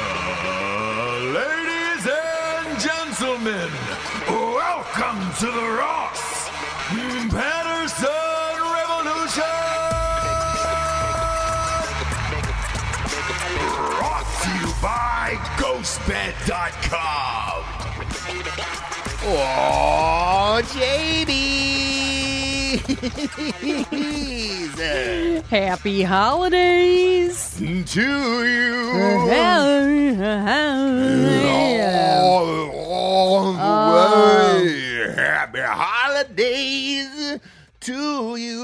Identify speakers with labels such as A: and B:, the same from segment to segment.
A: Uh, ladies and gentlemen, welcome to the Ross Patterson Revolution! Brought to you by GhostBed.com.
B: Oh, JD!
C: Happy holidays.
B: to you.
C: Yeah.
B: All, all the
C: Oh.
B: way. Happy holidays to you.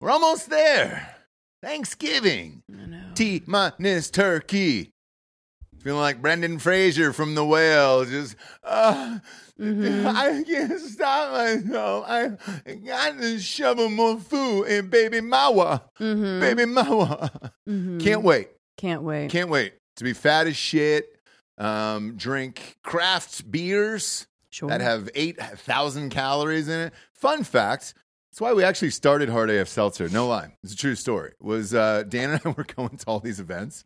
B: We're almost there. Thanksgiving. T minus turkey. Feeling like Brendan Fraser from The Whale. Just, uh, I can't stop myself. I I got to shovel more food in Baby Mawa. Baby Mawa. Can't wait.
C: Mm-hmm, Can't wait.
B: Can't wait to be fat as shit. Um, drink craft beers
C: sure.
B: that have 8,000 calories in it. Fun fact. That's why we actually started Hard AF Seltzer. No lie. It's a true story. Was uh, Dan and I were going to all these events,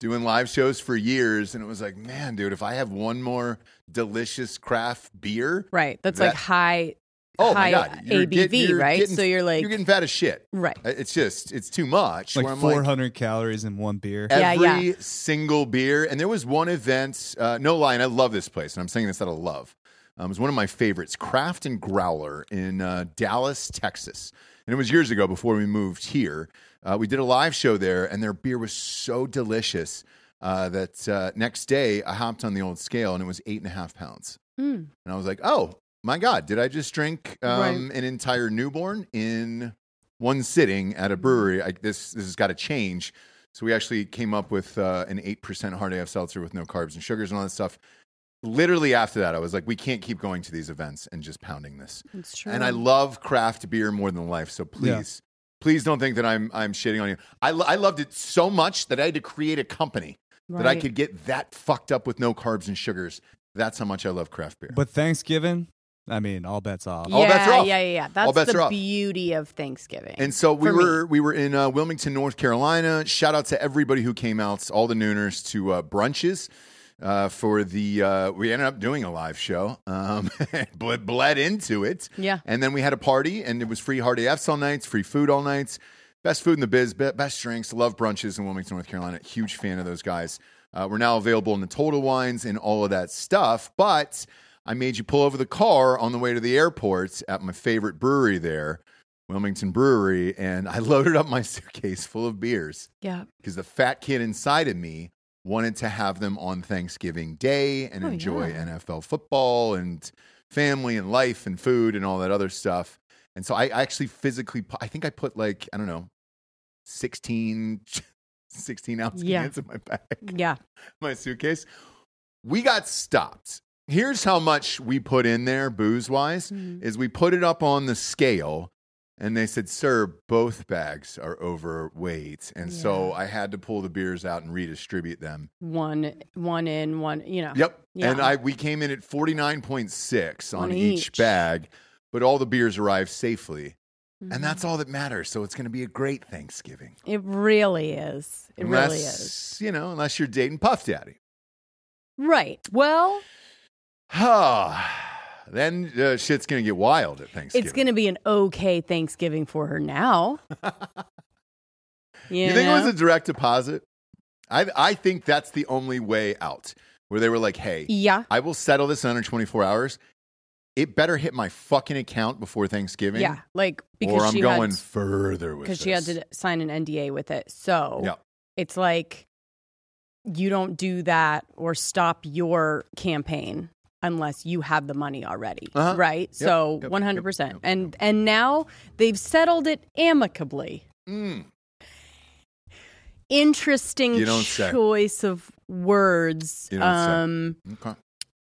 B: doing live shows for years. And it was like, man, dude, if I have one more delicious craft beer.
C: right. That's like
B: that-
C: high
B: Oh my
C: high
B: God. You're
C: ABV,
B: get- you're
C: right?
B: getting-
C: so you're like
B: you're getting fat as shit.
C: right.
B: It's just, it's too much. where
D: like
B: I'm
D: 400 calories in one beer.
C: Yeah,
B: every
C: yeah.
B: single beer. And there was one event, uh, no lie, and I love this place, and I'm saying this out of love. Um, it was one of my favorites, Craft and Growler in uh, Dallas, Texas. And it was years ago before we moved here. Uh, we did a live show there, and their beer was so delicious uh, that uh, next day I hopped on the old scale and it was eight and a half pounds.
C: Mm.
B: And I was like, oh my God, did I just drink um,
C: Right.
B: an entire newborn in one sitting at a
C: Mm-hmm.
B: brewery? I, this, this has got to change. So we actually came up with uh, an 8% hard AF seltzer with no carbs and sugars and all that stuff. Literally after that, I was like, we can't keep going to these events and just pounding this.
C: It's true.
B: And I love craft beer more than life. So please, please don't think that I'm, I'm shitting on you. I, lo- I loved it so much that I had to create a company that I
C: Right.
B: could get that fucked up with no carbs and sugars. That's how much I love craft beer.
D: But Thanksgiving, I mean, all bets off.
C: yeah,
B: all bets are off.
C: Yeah, yeah, yeah. That's
B: All bets are
C: the
B: off.
C: beauty of Thanksgiving.
B: And so we
C: for me.
B: were we were in uh, Wilmington, North Carolina. Shout out to everybody who came out, all the Nooners to uh, brunches uh, for the. Uh, we ended up doing a live show, um, bled, bled into it,
C: Yeah.
B: and then we had a party, and it was free hard AFs all nights, free food all nights, best food in the biz, be- best drinks. Love brunches in Wilmington, North Carolina. Huge fan of those guys. Uh, we're now available in the Total Wines and all of that stuff, but. I made you pull over the car on the way to the airport at my favorite brewery there. Wilmington Brewery, and I loaded up my suitcase full of beers
C: Yeah.
B: because the fat kid inside of me wanted to have them on Thanksgiving Day and
C: Oh,
B: enjoy
C: yeah.
B: NFL football and family and life and food and all that other stuff. And so I I actually physically, pu- I think I put like, I don't know, 16, 16 ounce
C: Yeah.
B: cans in my bag
C: Yeah.
B: my suitcase. We got stopped. Here's how much we put in there booze wise is we put it up on the scale and they said, "Sir, both bags are overweight." And so I had to pull the beers out and redistribute them.
C: One one in, one, you know.
B: Yep.
C: Uh, Yeah.
B: And I we came in at 49.6 on
C: On
B: each.
C: each.
B: bag, but all the beers arrived safely.
C: Mhm.
B: And that's all that matters. So it's going to be a great Thanksgiving.
C: It really is. It
B: unless,
C: really is.
B: You know, unless you're dating Puff Daddy.
C: Right. Well,
B: then uh, shit's gonna get wild at Thanksgiving.
C: it's going to be an okay Thanksgiving for her now.
B: You,
C: you
B: think it was
C: know?
B: a direct deposit? I I think that's the only way out. Where they were like, "Hey,
C: yeah.
B: I will settle this under 24 hours. It better hit my fucking account before Thanksgiving,
C: Yeah. Like, because
B: or I'm
C: she
B: going
C: had,
B: further with
C: because she had
B: this."
C: to oh. sign an NDA with it. So
B: Yeah.
C: it's like you don't do that or stop your campaign unless you have the money already,
B: Uh-huh.
C: right?
B: Yep,
C: so
B: yep, yep,
C: 100%.
B: yep,
C: and
B: yep.
C: and now they've settled it amicably.
B: Mm.
C: Interesting
B: You don't say.
C: choice of words
B: You don't say.
C: um
B: Okay.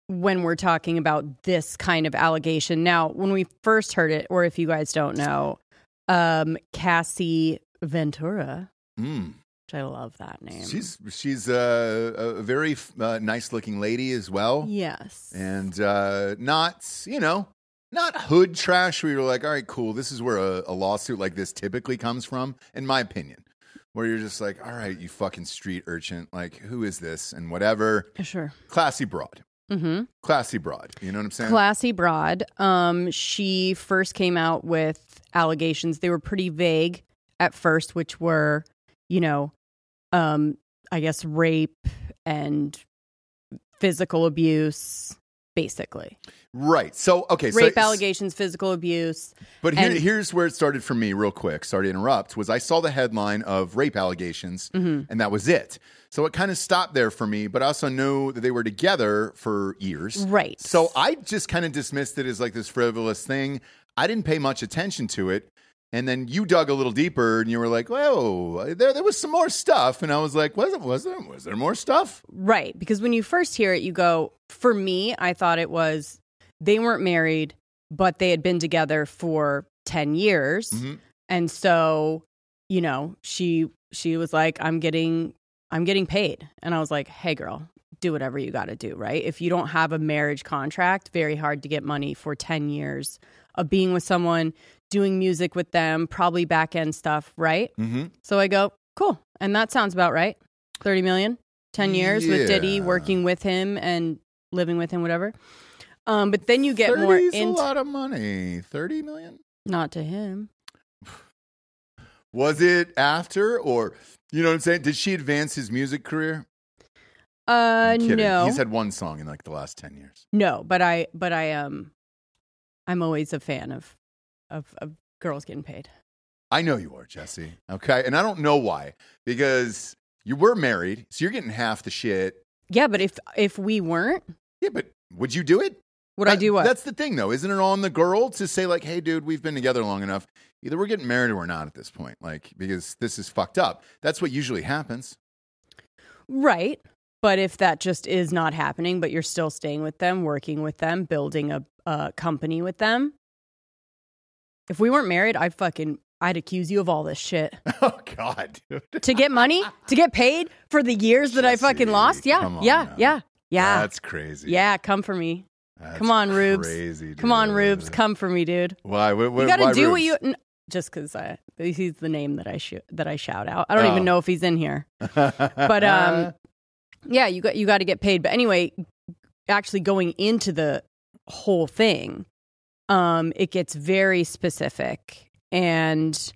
C: when we're talking about this kind of allegation. Now, when we first heard it or if you guys don't know, um Cassie Ventura,
B: Mm.
C: which I love that name.
B: She's she's a, a very uh, nice looking lady as well.
C: Yes.
B: and uh, not you know not hood trash where you're like all right cool this is where a, a lawsuit like this typically comes from in my opinion where you're just like, all right, you fucking street urchin, like who is this and whatever.
C: Sure.
B: Classy broad,
C: Mm-hmm.
B: classy broad. You know what I'm saying?
C: Classy Broad. Um, she first came out with allegations. They were pretty vague at first, which were, you know, um, I guess rape and physical abuse, basically.
B: right. So okay,
C: rape
B: so,
C: allegations, physical abuse.
B: But here,
C: And-
B: here's where it started for me, real quick. Sorry to interrupt. Was I saw the headline of rape allegations,
C: Mm-hmm.
B: and that was it. So it kind of stopped there for me. But I also knew that they were together for years,
C: Right.
B: So uh, I just kind of dismissed it as like this frivolous thing. I didn't pay much attention to it. And then you dug a little deeper, and you were like, "Whoa, there, there was some more stuff." And I was like, "Was it? Was there? Was there more stuff?"
C: Right. Because when you first hear it, you go, for me, I thought it was they weren't married, but they had been together for 10 years.
B: Mhm.
C: And so, you know, she she was like, I'm getting I'm getting paid. And I was like, hey girl, do whatever you gotta do, right? If you don't have a marriage contract, very hard to get money for 10 years of being with someone, doing music with them, probably back end stuff, right?
B: Mm-hmm.
C: So I go, cool. And that sounds about right. 30 million, 10 years with Diddy,
B: Yeah.
C: working with him and living with him, whatever. Um, but then you get
B: 30's
C: more
B: a
C: into,
B: lot of money. Thirty million.
C: not to him.
B: Was it after or you know what I'm saying? Did she advance his music career?
C: Uh,
B: I'm kidding.
C: no,
B: He's had one song in like the last 10 years.
C: no, but I, but I, um, I'm always a fan of, of, of girls getting paid.
B: I know you are, Jesse. Okay? And I don't know why because you were married, so you're getting half the shit.
C: Yeah. But if, if we weren't,
B: Yeah, but would you do it?
C: would I
B: That-
C: do what?
B: That's the thing though. Isn't it on the girl to say like, "Hey dude, we've been together long enough. Either we're getting married or we're not at this point." Like because this is fucked up. That's what usually happens.
C: Right. But if that just is not happening, but you're still staying with them, working with them, building a, a company with them, if we weren't married, I'd fucking, I'd accuse you of all this shit.
B: oh god, dude.
C: to get money, to get paid for the years that I fucking
B: Jesse,
C: lost. Yeah.
B: come on
C: yeah.
B: now.
C: Yeah. Yeah.
B: That's crazy.
C: yeah. Come for me.
B: That's
C: Come on, Rubes.
B: Crazy,
C: Come on,
B: dude.
C: Rubes. Come for me, dude.
B: Why? What, what,
C: You got
B: why
C: to do what
B: Rubes?
C: you. N- just because I, he's the name that I shoot, that I shout out. I don't
B: Oh.
C: even know if he's in here.
B: but
C: um, Yeah, you got you got to get paid. But anyway, actually going into the whole thing, um, it gets very specific and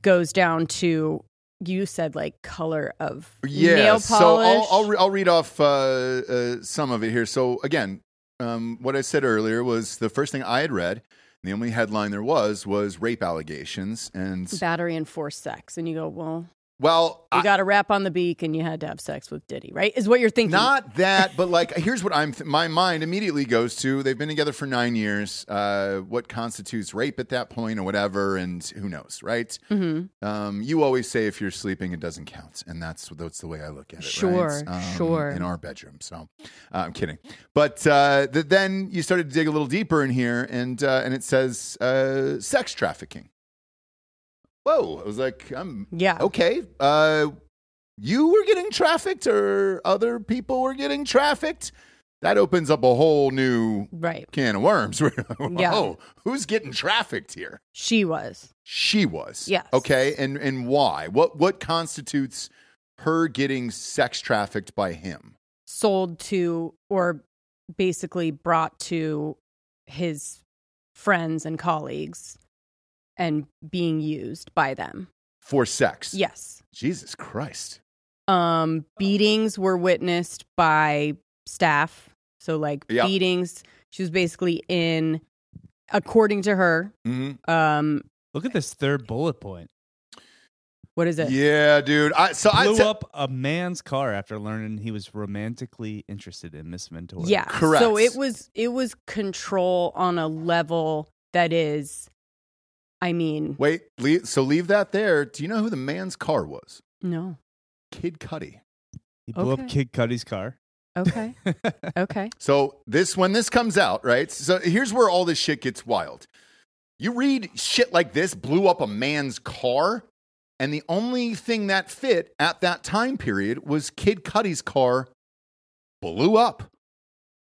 C: goes down to you said like color of
B: yeah,
C: nail polish.
B: so I'll I'll, re- I'll read off uh, uh, some of it here. So again, um, what I said earlier was the first thing I had read. and The only headline there was was rape allegations, and
C: battery and forced sex, and you go, well,
B: well,
C: you
B: I-
C: got a rap on the beak, and you had to have sex with Diddy, right? Is what you're thinking?
B: not that, but like here's what I'm. Th- my mind immediately goes to they've been together for nine years. Uh, what constitutes rape at that point, or whatever, and who knows, right?
C: Mhm.
B: Um, you always say if you're sleeping, it doesn't count, and that's that's the way I look at it. right? Um,
C: Sure, sure.
B: In our bedroom, so uh, I'm kidding. But uh, th- then you started to dig a little deeper in here, and uh, and it says uh, sex trafficking. Whoa! I was like, I'm
C: Yeah.
B: okay. Uh, you were getting trafficked, or other people were getting trafficked. That opens up a whole new
C: Right.
B: can of worms. Whoa,
C: Yeah.
B: who's getting trafficked here?
C: She was.
B: She was.
C: Yes.
B: Okay. And and why? What what constitutes her getting sex trafficked by him?
C: sold to or basically brought to his friends and colleagues and being used by them.
B: For sex.
C: Yes.
B: Jesus Christ. Oh.
C: Um beatings were witnessed by staff. So like
B: Yeah.
C: beatings, she was basically in according to her
B: Mm-hmm.
C: um
D: Look at this third bullet point.
C: what is it?
B: Yeah, dude. I so I
D: Blew
B: te-
D: up a man's car after learning he was romantically interested in Miss Ventura.
C: Yeah.
B: Correct.
C: So it was it was control on a level that is I mean,
B: wait, leave, so leave that there. Do you know who the man's car was?
C: no.
B: Kid Cudi.
D: He blew
C: Okay.
D: up Kid Cudi's car.
C: Okay. okay.
B: So this when this comes out, right? So here's where all this shit gets wild. You read shit like this blew up a man's car, and the only thing that fit at that time period was Kid Cudi's car blew up.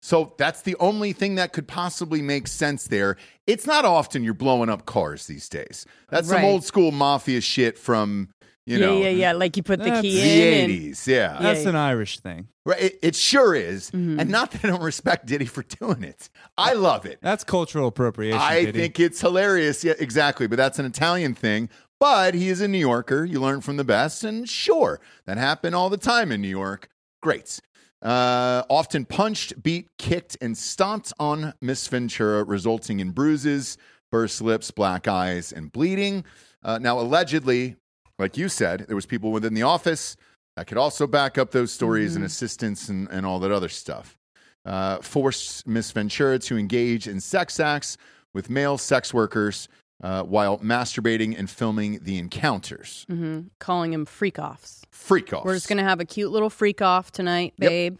B: So that's the only thing that could possibly make sense there. It's not often you're blowing up cars these days. That's some
C: Right.
B: old school mafia shit from You
C: yeah,
B: know,
C: yeah, yeah. Like you put the
D: That's
B: the
C: key in. and-
B: 80s. Yeah.
C: Yeah.
D: That's an Irish thing.
B: Right, it, it sure is.
C: Mhm.
B: And not that I don't respect Diddy for doing it. I love it.
D: That's cultural appropriation.
B: I
D: Diddy.
B: think it's hilarious. Yeah, exactly. But that's an Italian thing. But he is a New Yorker. You learn from the best. And sure, that happened all the time in New York. Great. Uh, often punched, beat, kicked, and stomped on Miss Ventura, resulting in bruises, burst lips, black eyes, and bleeding. Uh, now, allegedly, like you said, there was people within the office that could also back up those stories
C: Mm-hmm.
B: and assistance and, and all that other stuff. Uh, forced Miss Ventura to engage in sex acts with male sex workers uh, while masturbating and filming the encounters.
C: Mhm. Calling him freak offs.
B: Freak offs.
C: We're just gonna have a cute little freak off tonight,
B: Yep.
C: babe.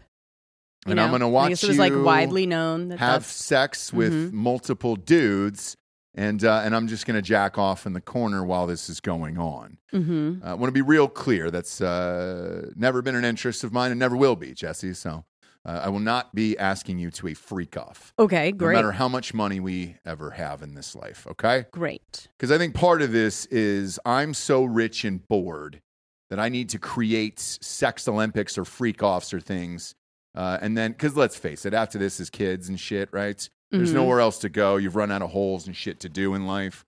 C: You
B: And I'm
C: know?
B: gonna watch
C: I guess it was like
B: you
C: widely known that
B: have
C: that's
B: sex with
C: Mhm.
B: multiple dudes, and uh, and I'm just gonna jack off in the corner while this is going on.
C: hmm
B: I want to Uh, be real clear. That's uh, never been an interest of mine, and never will be, Jesse. So uh, I will not be asking you to a freak off,
C: Okay,
B: no
C: great,
B: matter how much money we ever have in this life. Okay.
C: great.
B: Because I think part of this is I'm so rich and bored that I need to create sex Olympics or freak offs or things. Uh, and then, because let's face it, after this is kids and shit, right? There's
C: Mhm.
B: nowhere else to go. You've run out of holes and shit to do in life.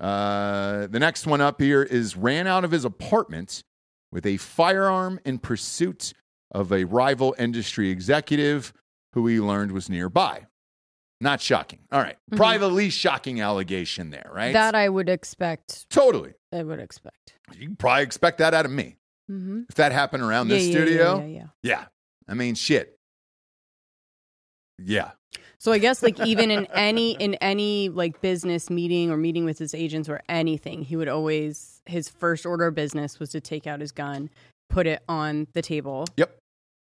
B: Uh, the next one up here is ran out of his apartment with a firearm in pursuit of a rival industry executive who he learned was nearby. Not shocking. All right.
C: Mhm.
B: Probably the least shocking allegation there, right?
C: That I would expect.
B: Totally.
C: I would expect.
B: You can probably expect that out of me.
C: Mm-hmm.
B: If that happened around
C: yeah,
B: this
C: yeah, yeah,
B: studio,
C: yeah, yeah.
B: yeah. I mean, shit. Yeah.
C: So I guess like even in any in any like business meeting or meeting with his agents or anything, he would always his first order of business was to take out his gun, put it on the table.
B: Yep.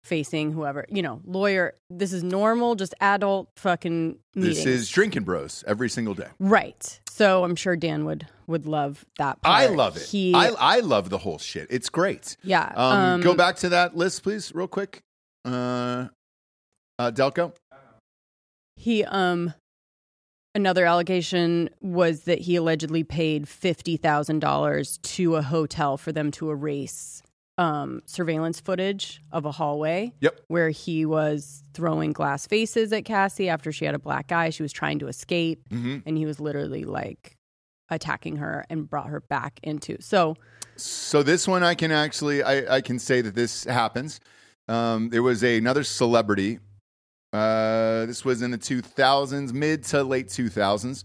C: Facing whoever, you know, lawyer. This is normal, just adult fucking meetings.
B: This is drinking bros every single day.
C: right. So I'm sure Dan would would love that. Part.
B: I love it.
C: He,
B: I, I love the whole shit. It's great.
C: yeah.
B: Um, go back to that list, please, real quick. Uh, uh, Delco.
C: He um another allegation was that he allegedly paid $50,000 to a hotel for them to erase um surveillance footage of a hallway
B: Yep.
C: where he was throwing glass faces at Cassie after she had a black eye she was trying to escape
B: Mm-hmm.
C: and he was literally like attacking her and brought her back into so
B: So this one, I can actually, I, I can say that this happens. Um, there was a, another celebrity. Uh, this was in the 2000s, mid to late 2000s.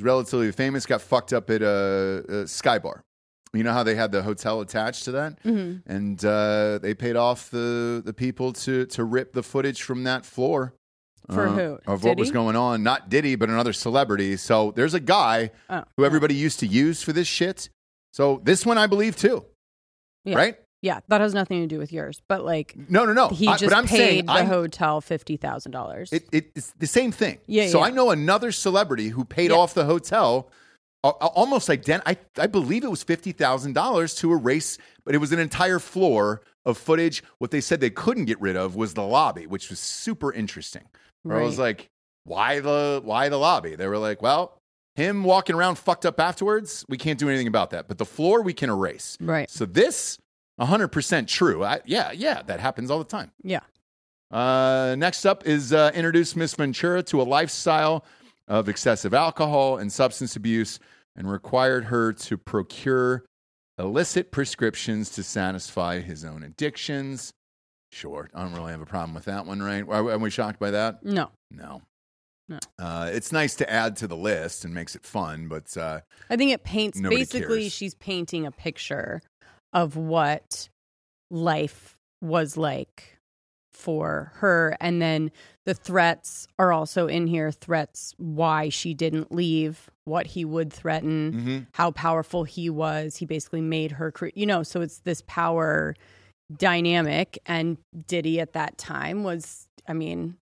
B: Relatively famous. Got fucked up at a, a Sky Bar. You know how they had the hotel attached to that, and uh, they paid off the the people to to rip the footage from that floor.
C: For
B: uh,
C: who?
B: Of what was
C: Diddy?
B: going on. Not Diddy, but another celebrity. So there's a guy
C: oh,
B: who everybody used to use for this shit. So this one I believe too.
C: Yeah.
B: Right?
C: yeah that has nothing to do with yours but like
B: No, no, no.
C: he
B: I-
C: just
B: but I'm
C: paid
B: saying
C: the
B: I'm-
C: hotel $50,000
B: it, it, it's the same thing.
C: Yeah,
B: So
C: yeah.
B: I know another celebrity who paid
C: Yeah.
B: off the hotel a- a- almost ident- I, I believe it was $50,000 to erase, but it was an entire floor of footage. What they said they couldn't get rid of was the lobby, which was super interesting. Where I was
C: Right.
B: like, why the why the lobby? They were like, well, him walking around fucked up afterwards, we can't do anything about that. But the floor we can erase.
C: right
B: So this 100% true. I, yeah, yeah, that happens all the time.
C: yeah
B: Uh, next up is uh, introduce Miss Ventura to a lifestyle of excessive alcohol and substance abuse and required her to procure illicit prescriptions to satisfy his own addictions. Sure, I don't really have a problem with that one, right? Are, are we shocked by that?
C: no
B: No.
C: No.
B: Uh, it's nice to add to the list and makes it fun, but uh,
C: I think it paints
B: Nobody
C: basically
B: cares.
C: she's painting a picture of what life was like for her and then the threats are also in here threats why she didn't leave, what he would
B: Mm.
C: threaten, how powerful he was. He basically made her cre- you know, so it's this power dynamic and Diddy at that time was I mean,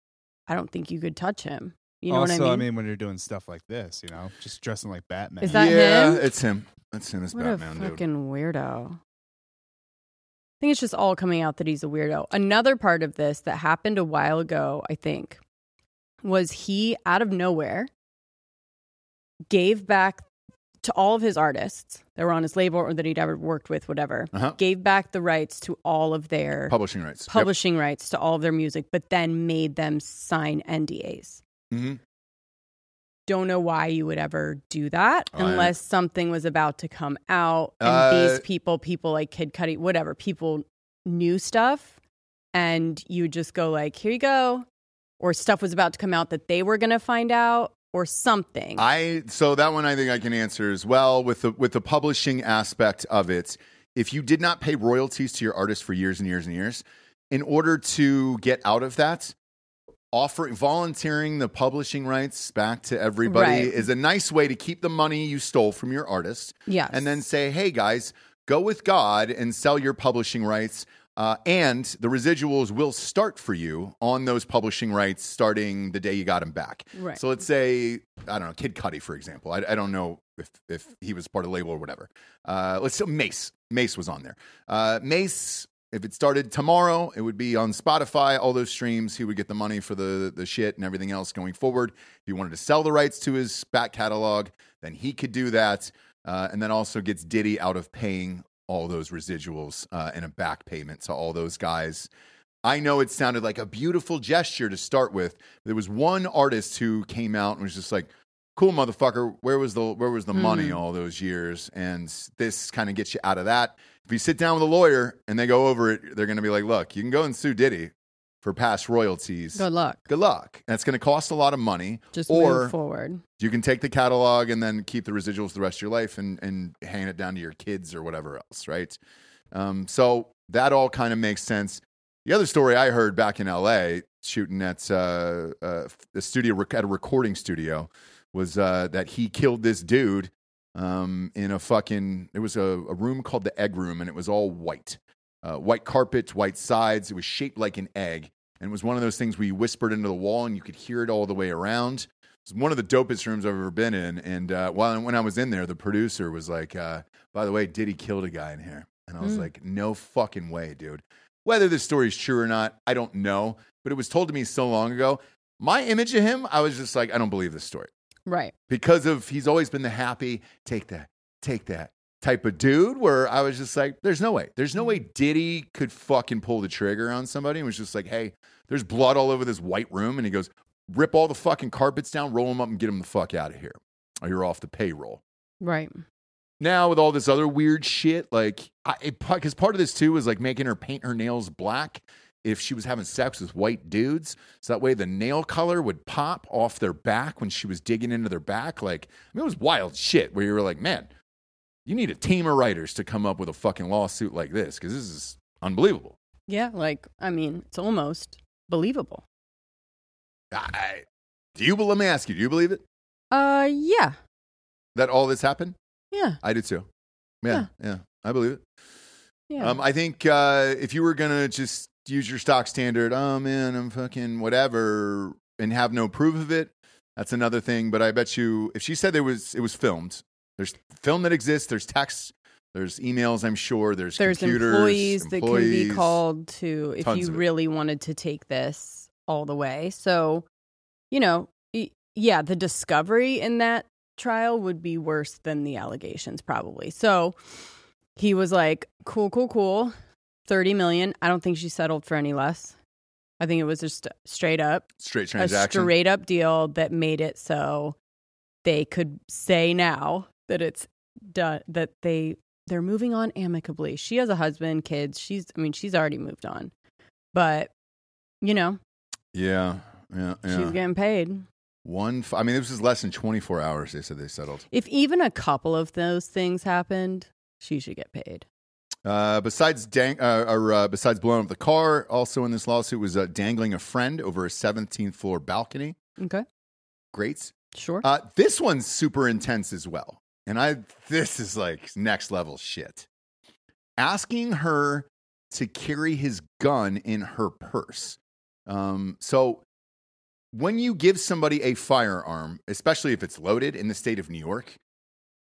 C: I don't think you could touch him. You know
D: also,
C: what I mean?
D: when you're doing stuff like this, you know, just dressing like Batman.
C: Is that
B: yeah,
C: him?
B: it's him. That's him as
C: What
B: Batman,
C: a
B: dude.
C: fucking weirdo. I think it's just all coming out that he's a weirdo. Another part of this that happened a while ago, I think, was he out of nowhere gave back to all of his artists that were on his label or that he'd ever worked with, whatever,
B: Uh-huh.
C: gave back the rights to all of their
B: Publishing rights. Yep.
C: publishing rights to all of their music, but then made them sign NDAs.
B: Mhm.
C: Don't know why you would ever do that
B: Oh, I-
C: unless something was about to come out and
B: Uh,
C: these people, people like Kid Cudi, whatever, people knew stuff and you would just go like, here you go. Or stuff was about to come out that they were going to find out or something.
B: I so that one I think I can answer as well with the with the publishing aspect of it. If you did not pay royalties to your artist for years and years and years, in order to get out of that, offering volunteering the publishing rights back to everybody
C: Right.
B: is a nice way to keep the money you stole from your artist
C: yes.
B: and then say, "Hey guys, go with God and sell your publishing rights." Uh, and the residuals will start for you on those publishing rights starting the day you got them back.
C: Right.
B: So let's say I don't know Kid Cudi for example. I, I don't know if if he was part of the label or whatever. Uh, let's say Mace. Mace was on there. Uh, Mace. If it started tomorrow, it would be on Spotify. All those streams, he would get the money for the the shit and everything else going forward. If he wanted to sell the rights to his back catalog, then he could do that, uh, and then also gets Diddy out of paying all those residuals uh, and a back payment to all those guys. I know it sounded like a beautiful gesture to start with. There was one artist who came out and was just like, "Cool, motherfucker, where was the where was the money all those years?" And this kind of gets you out of that. If you sit down with a lawyer and they go over it, they're going to be like, "Look, you can go and sue Diddy for past royalties.
C: good luck.
B: Good luck. And it's going to cost a lot of money.
C: Just
B: or
C: move forward.
B: you can take the catalog and then keep the residuals the rest of your life and, and hand it down to your kids or whatever else, right? Um, so that all kind of makes sense. The other story I heard back in LA, shooting at uh, uh, the studio rec- at a recording studio, was uh, that he killed this dude um, in a fucking. It was a, a room called the Egg Room, and it was all white, uh, white carpets, white sides. It was shaped like an egg, and it was one of those things where you whispered into the wall and you could hear it all the way around. It's one of the dopest rooms I've ever been in. And uh, while when I was in there, the producer was like, uh, "By the way, Diddy killed a guy in here," and I was
C: Mm.
B: like, "No fucking way, dude." Whether this story is true or not, I don't know, but it was told to me so long ago. My image of him, I was just like, I don't believe this story
C: Right.
B: because of he's always been the happy take that take that type of dude where i was just like there's no way there's no way diddy could fucking pull the trigger on somebody and was just like hey there's blood all over this white room and he goes rip all the fucking carpets down roll them up and get them the fuck out of here or you're off the payroll
C: Right.
B: now with all this other weird shit like i because part of this too is like making her paint her nails black if she was having sex with white dudes so that way the nail color would pop off their back when she was digging into their back like i mean it was wild shit where you were like man you need a team of writers to come up with a fucking lawsuit like this because this is unbelievable
C: Yeah. Like, I mean, it's almost believable.
B: I, do you let me ask you do you believe it
C: Uh, yeah.
B: that all this happened
C: Yeah.
B: i do too yeah yeah, i believe it
C: Yeah.
B: Um, I think uh, if you were gonna just use your stock standard, oh man, I'm fucking whatever, and have no proof of it, that's another thing. But I bet you, if she said there was, it was filmed. There's film that exists. There's text. There's emails. I'm sure. There's
C: There's
B: computers,
C: employees, that can be
B: employees.
C: called to if
B: Tons
C: you
B: of it.
C: really wanted to take this all the way. So, you know, y- yeah, the discovery in that trial would be worse than the allegations, probably. So he was like, cool, cool, cool. 30 million. I don't think she settled for any less. I think it was just straight up
B: straight
C: a
B: transaction.
C: straight up deal that made it so they could say now that it's done that they they're moving on amicably. She has a husband, kids. She's I mean she's already moved on. But you know,
B: yeah, yeah, yeah.
C: she's getting paid.
B: One. F- I mean, this was less than 24 hours. They said they settled.
C: If even a couple of those things happened, she should get paid.
B: Uh, besides dang- uh, or, uh, besides blowing up the car, also in this lawsuit was uh, dangling a friend over a 17th floor balcony.
C: Okay.
B: Great.
C: Sure.
B: Uh, this one's super intense as well, and I this is like next level shit. Asking her to carry his gun in her purse. Um, so when you give somebody a firearm, especially if it's loaded in the state of New York,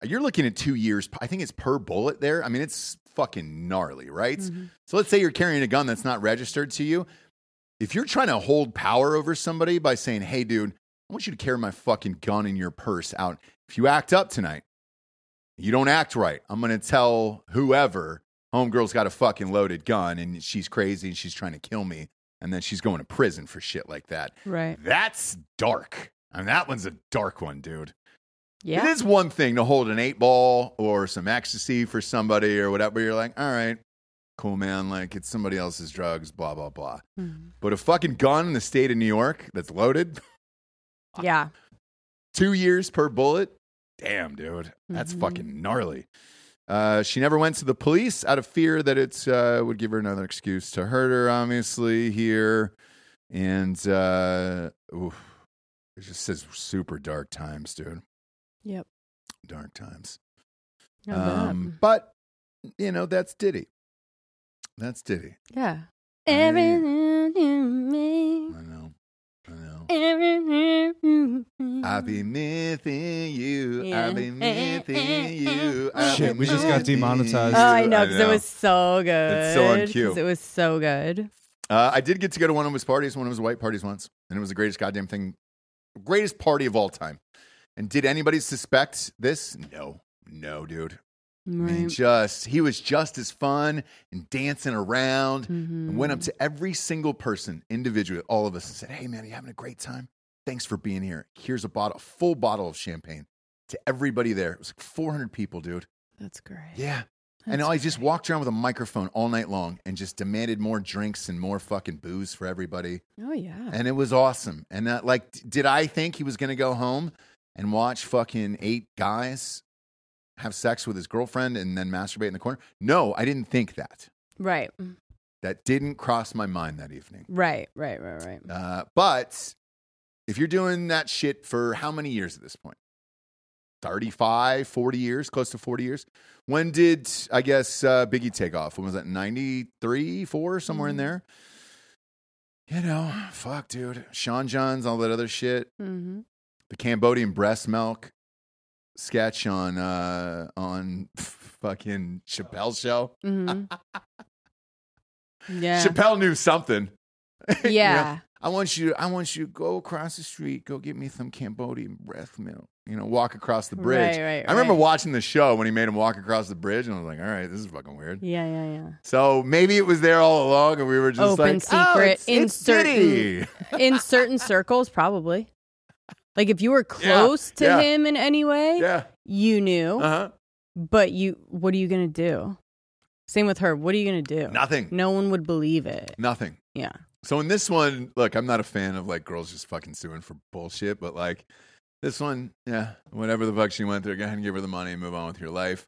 B: you're looking at two years. I think it's per bullet there. I mean, it's fucking gnarly, right?
C: Mhm.
B: So let's say you're carrying a gun that's not registered to you. If you're trying to hold power over somebody by saying, hey, dude, I want you to carry my fucking gun in your purse out. If you act up tonight, You don't act right. I'm going to tell whoever, homegirl's got a fucking loaded gun and she's crazy and she's trying to kill me. And then she's going to prison for shit like that.
C: Right.
B: That's dark. I mean, that one's a dark one, dude.
C: Yeah.
B: It is one thing to hold an eight ball or some ecstasy for somebody or whatever. You're like, all right, cool, man. Like, it's somebody else's drugs, blah, blah, blah.
C: Mhm.
B: But a fucking gun in the state of New York that's loaded,
C: Mm-hmm. Yeah.
B: two years per bullet. Damn, dude. That's
C: Mhm.
B: fucking gnarly. Uh, she never went to the police out of fear that it uh, would give her another excuse to hurt her, obviously, here. And uh, oof, it just says super dark times, dude.
C: Yep.
B: Dark times.
C: I bet.
B: Um, but, you know, that's Diddy. That's Diddy.
C: yeah.
B: I-
C: Everything in me.
B: I know. I know.
C: Everything in me.
B: I be missing you. I
C: Yeah. Eh,
B: be missing you. I
D: Shit,
B: be
D: we just got
B: missing
D: demonetized.
C: Oh,
B: you.
C: I know because it was so good.
B: It's so uncute.
C: 'cause It was so good.
B: Uh, I did get to go to one of his parties, one of his white parties once, and it was the greatest goddamn thing, greatest party of all time. And did anybody suspect this? No, no, dude. I mean,
C: Right.
B: just he was just as fun and dancing around.
C: Mhm.
B: and went up to every single person, individually, all of us, and said, Hey, man, are you having a great time? Thanks for being here. Here's a bottle, a full bottle of champagne to everybody there. It was like 400 people, dude.
C: That's great.
B: Yeah. and
C: That's
B: I just walked around with a microphone all night long and just demanded more drinks and more fucking booze for everybody.
C: Oh yeah.
B: And it was awesome. And uh, like, d- did I think he was going to go home and watch fucking eight guys have sex with his girlfriend and then masturbate in the corner? No, I didn't think that.
C: Right.
B: That didn't cross my mind that evening.
C: Right. Right. Right. Right.
B: Uh, but if you're doing that shit for how many years at this point? 35, 40 years, close to 40 years. When did, I guess, uh, Biggie take off? When was that? 93, 4, somewhere in
C: Mhm.
B: there? You know, fuck, dude. Sean Johns, all that other shit.
C: hmm
B: The Cambodian breast milk sketch on uh, on fucking Chappelle's show.
C: hmm yeah.
B: Chappelle knew something.
C: yeah.
B: You know, I want you. I want you to go across the street. Go get me some Cambodian breast milk. You know, walk across the bridge.
C: Right. Right.
B: I remember
C: right.
B: watching the show when he made him walk across the bridge, and I was like, "All right, this is fucking weird."
C: Yeah. Yeah. Yeah.
B: So maybe it was there all along, and we were just
C: Open
B: like, "Oh,
C: secret,
B: it's, it's
C: insert-
B: Diddy."
C: in certain circles probably like if you were close to
B: yeah.
C: him in any way
B: Yeah.
C: you knew
B: Uh
C: but you what are you gonna do same with her what are you gonna do
B: huh. Nothing.
C: no one would believe it
B: Nothing.
C: yeah
B: So in this one, look, I'm not a fan of like girls just fucking suing for bullshit, but like this one, yeah, whatever the fuck she went through, go ahead and give her the money and move on with your life.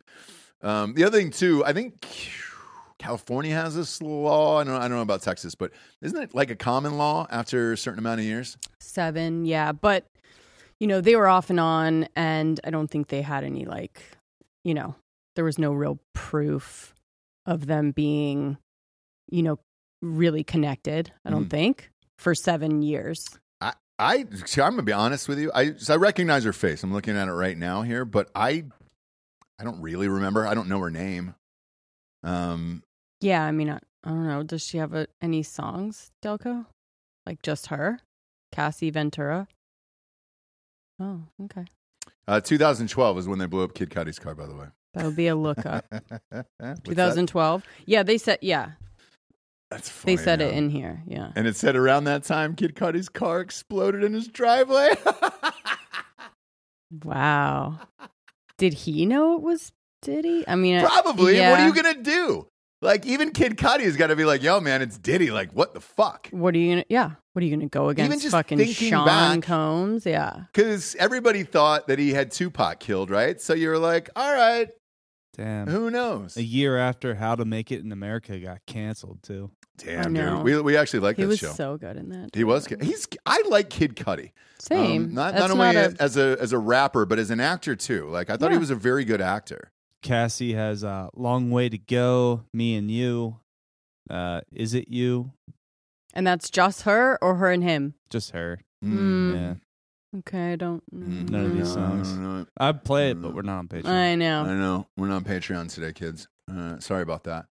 B: Um, the other thing too, I think California has this law. I don't, I don't know about Texas, but isn't it like a common law after a certain amount of years?
C: seven yeah but you know they were off and on and i don't think they had any like you know there was no real proof of them being you know really connected i don't
B: Mhm.
C: think for seven years
B: I, see, I'm gonna be honest with you. I, so I recognize her face. I'm looking at it right now here, but I, I don't really remember. I don't know her name. Um,
C: Yeah, I mean, I, I don't know. Does she have a, any songs, Delco? Like just her, Cassie Ventura. Oh, okay.
B: uh, 2012 is when they blew up Kid Cudi's car, by the way.
C: That'll be a lookup.
B: What's that?
C: 2012. Yeah, they said. Yeah,
B: That's funny,
C: they said it
B: man.
C: in here. Yeah.
B: And it said around that time, Kid Cudi's car exploded in his driveway.
C: Wow. Did he know it was Diddy? I mean, I-
B: Probably. What are
C: yeah.
B: you gonna do? Like, even Kid Cudi's got to be like, "Yo, man, it's Diddy." Like, what the fuck?
C: What are you gonna? Yeah. What are you gonna go against?
B: just
C: fucking
B: thinking
C: Sean
B: back-
C: Combs. Yeah.
B: Because everybody thought that he had Tupac killed, right? So you were like, "All right,
D: Damn.
B: who knows?"
D: A year after How to Make It in America got canceled too.
B: Damn,
C: I know.
B: dude. We we actually like
C: He
B: that
C: was
B: show.
C: so good in that.
B: he was. He's. I like Kid Cudi. Um,
C: Same.
B: not
C: That's
B: not only
C: a-
B: as a as a rapper, but as an actor too. Like, I thought he
C: Yeah.
B: was a very good actor.
D: Cassie has a long way to go. Me and you. Uh, is it you?
C: and that's just her or her and him.
D: Just her.
C: Mm.
D: Yeah.
C: Okay, I don't.
B: Mm.
D: Mm-hmm. None of these
B: No,
D: songs.
B: no, no.
D: I play
B: Mm.
D: it, but we're not on Patreon.
C: I know.
B: I know. We're not on Patreon today, kids. Uh, sorry about that.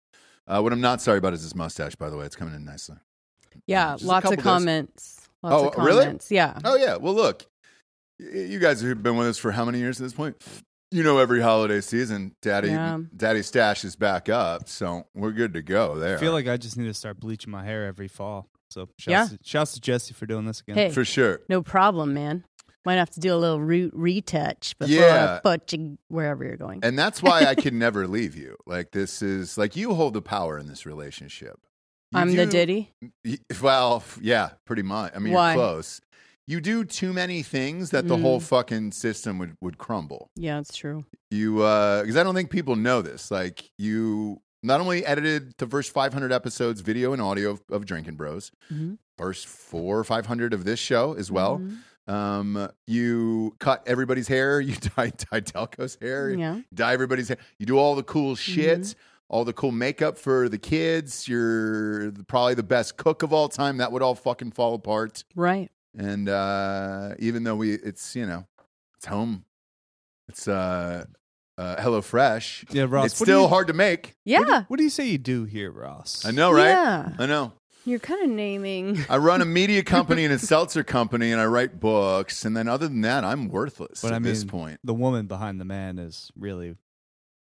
B: Uh, what I'm not sorry about is this mustache, by the way. It's coming in nicely.
C: Yeah,
B: Just a
C: lots of
B: couple days.
C: comments. Lots
B: Oh,
C: of
B: really?
C: comments. Yeah.
B: Oh, yeah. Well, look, y- you guys have been with us for how many years at this point? you know, every holiday season, Daddy
C: Yeah.
B: Daddy Stash is back up, so we're good to go there.
D: I feel like I just need to start bleaching my hair every fall. So shouts,
C: Yeah.
D: to, shouts to Jesse for doing this again.
C: Hey.
B: for sure.
C: No problem, man. Might have to do a little root retouch before
B: Yeah.
C: I put you wherever you're going.
B: And that's why I can never leave you. Like this is like you hold the power in this relationship. You
C: I'm the
B: do-
C: Diddy.
B: y- Well, f- yeah, pretty much. I mean,
C: Why? Mm.
B: you're close. You do too many things that the whole fucking system would, would crumble.
C: Yeah, it's true.
B: You, because I don't think people know this. Like, you not only edited the first 500 episodes, video and audio of, of Drinking Bros,
C: Mhm.
B: first four or 500 of this show as well.
C: Mhm.
B: Um, you cut everybody's hair, you dyed, dyed Delco's hair,
C: yeah,
B: dye everybody's hair. You do all the cool shits, all the cool makeup for the kids. You're the- probably the best cook of all time. That would all fucking fall apart.
C: right.
B: And uh, even though we, it's you know, it's home. It's uh, uh, Hello Fresh.
D: Yeah, Ross.
B: it's
D: what do
B: still
D: you-
B: hard to make.
D: What do,
C: Yeah,
D: you- what do you say you do here, Ross?
B: I know, Oh, right?
C: Yeah.
B: I know.
C: you're kind of naming.
B: I run a media company and a seltzer company, and I write books. And then other than that, I'm worthless
D: But
B: at
D: I
B: this
D: mean,
B: point.
D: The woman behind the man is really